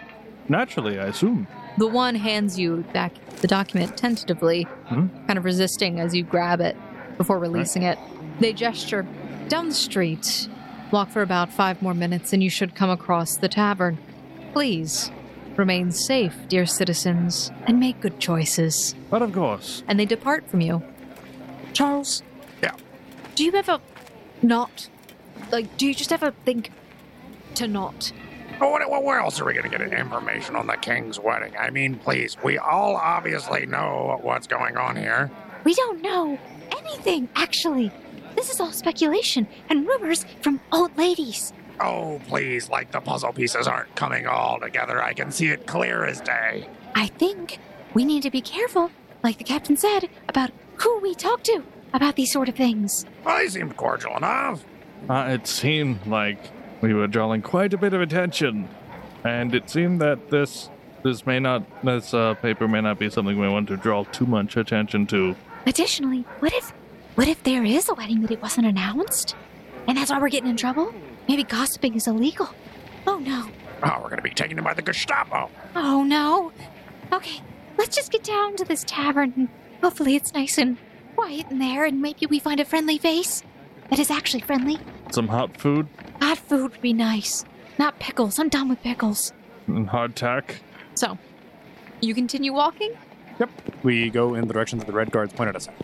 Speaker 3: naturally, I assume.
Speaker 4: The one hands you back the document tentatively,
Speaker 3: Hmm?
Speaker 4: kind of resisting as you grab it before releasing it. They gesture down the street. Walk for about five more minutes and you should come across the tavern. Please remain safe, dear citizens, and make good choices.
Speaker 3: But of course,
Speaker 4: And they depart from you.
Speaker 11: Charles.
Speaker 1: Yeah.
Speaker 11: Do you ever not like? Do you just ever think to not?
Speaker 1: oh, what, what, where else are we going to get information on the king's wedding? I mean, please, we all obviously know what's going on here.
Speaker 5: We don't know anything, actually. This is all speculation and rumors from old ladies.
Speaker 1: Oh, please, like the puzzle pieces aren't coming all together. I can see it clear as day.
Speaker 5: I think we need to be careful, like the captain said, about who we talk to about these sort of things.
Speaker 1: Well, they seemed cordial enough.
Speaker 3: uh, it seemed like we were drawing quite a bit of attention, and it seemed that this this may not this uh, paper may not be something we want to draw too much attention to.
Speaker 5: Additionally, what if what if there is a wedding that it wasn't announced? And that's why we're getting in trouble? Maybe gossiping is illegal. Oh no.
Speaker 1: Oh, we're going to be taken by the Gestapo.
Speaker 5: Oh no. Okay, let's just get down to this tavern and hopefully it's nice and quiet in there and maybe we find a friendly face that is actually friendly.
Speaker 3: Some hot food
Speaker 5: Hot food would be nice. Not pickles. I'm done with pickles.
Speaker 3: and hardtack.
Speaker 4: So, you continue walking?
Speaker 9: we go in the direction that the red guards pointed us at.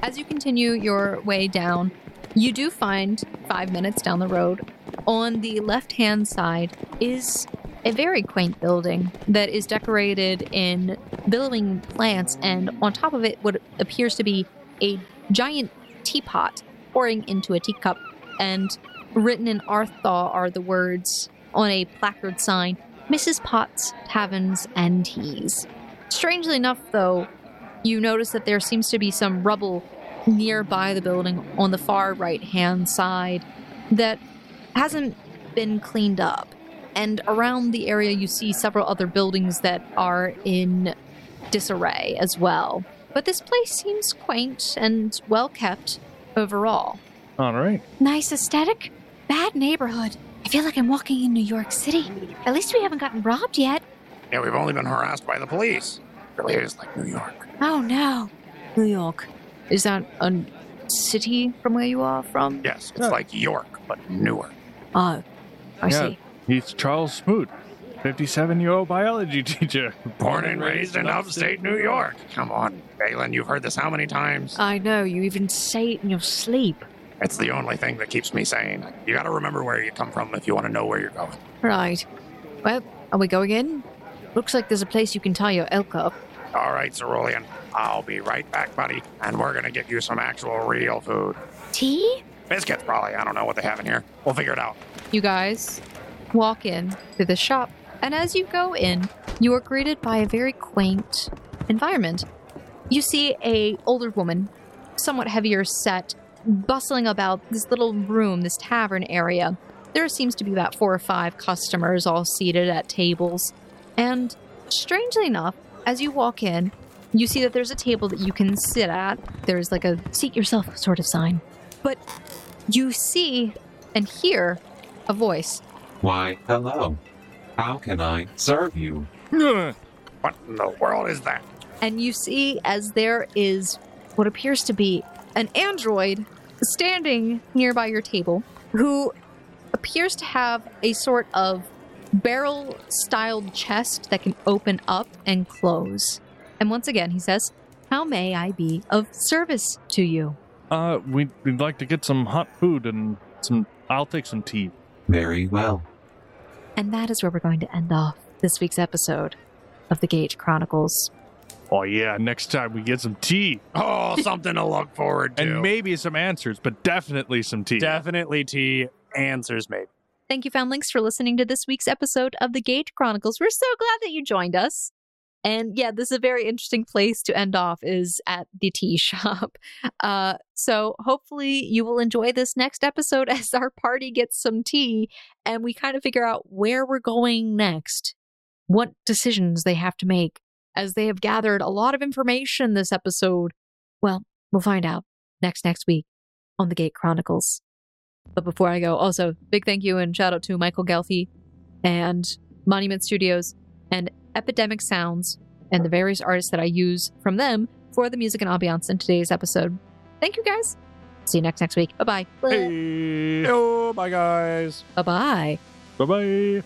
Speaker 4: As you continue your way down, you do find five minutes down the road. On the left hand side is
Speaker 5: a very quaint building that is decorated in billowing plants, and on top of it, what appears to be a giant teapot pouring into a teacup. And written in Arthaw are the words on a placard sign Mrs. Potts, Taverns, and Teas. Strangely enough, though, you notice that there seems to be some rubble nearby the building on the far right hand side that hasn't been cleaned up. And around the area, you see several other buildings that are in disarray as well. But this place seems quaint and well kept overall.
Speaker 3: All right.
Speaker 13: Nice aesthetic, bad neighborhood. I feel like I'm walking in New York City. At least we haven't gotten robbed yet.
Speaker 1: Yeah, we've only been harassed by the police. Really is like New York.
Speaker 13: Oh no. New York.
Speaker 5: Is that a city from where you are from?
Speaker 1: Yes, it's like York, but newer.
Speaker 13: Oh, I
Speaker 3: yeah.
Speaker 13: see.
Speaker 3: He's Charles Smoot, 57 year old biology teacher.
Speaker 1: Born and raised in upstate New York. Come on, Balin, you've heard this how many times?
Speaker 4: Uh.
Speaker 13: I know, you even say it in your sleep.
Speaker 1: It's the only thing that keeps me sane. You gotta remember where you come from if you want to know where you're going.
Speaker 5: Right. Well, are we going in? Looks like there's a place you can tie your elk up.
Speaker 1: All right, Cerulean, I'll be right back, buddy, and we're gonna get you some actual real food.
Speaker 13: Tea?
Speaker 1: Biscuits, probably. I don't know what they have in here. We'll figure it out.
Speaker 5: You guys walk in to the shop, and as you go in, you are greeted by a very quaint environment. You see a older woman, somewhat heavier set, bustling about this little room, this tavern area. There seems to be about four or five customers all seated at tables. And strangely enough, as you walk in, you see that there's a table that you can sit at. There's like a seat yourself sort of sign. But you see and hear a voice.
Speaker 14: Why, hello. How can I serve you?
Speaker 1: What in the world is that?
Speaker 5: and you see as there is what appears to be an android standing nearby your table who appears to have a sort of barrel styled chest that can open up and close. And once again, he says, How may I be of service to you?
Speaker 3: Uh, we'd, we'd like to get some hot food and some. I'll take some tea.
Speaker 14: Very well.
Speaker 5: And that is where we're going to end off this week's episode of the Gage Chronicles.
Speaker 3: Oh, yeah. Next time we get some tea.
Speaker 1: Oh, something to look forward to.
Speaker 3: And maybe some answers, but definitely some tea.
Speaker 6: Definitely T answers maybe.
Speaker 5: Thank you, Foundlings, for listening to this week's episode of the Gage Chronicles. We're so glad that you joined us. And yeah, this is a very interesting place to end off is at the tea shop. Uh, so hopefully you will enjoy this next episode as our party gets some tea and we kind of figure out where we're going next, what decisions they have to make, as they have gathered a lot of information this episode. Well, we'll find out next next week on the Gate Chronicles. But before I go, also big thank you and shout out to Michael Gelfi and Monument Studios and Epidemic Sounds and the various artists that I use from them for the music and ambiance in today's episode. Thank you guys. See you next next week. Bye bye.
Speaker 3: Hey.
Speaker 6: Oh, bye guys.
Speaker 5: Bye bye.
Speaker 3: Bye bye.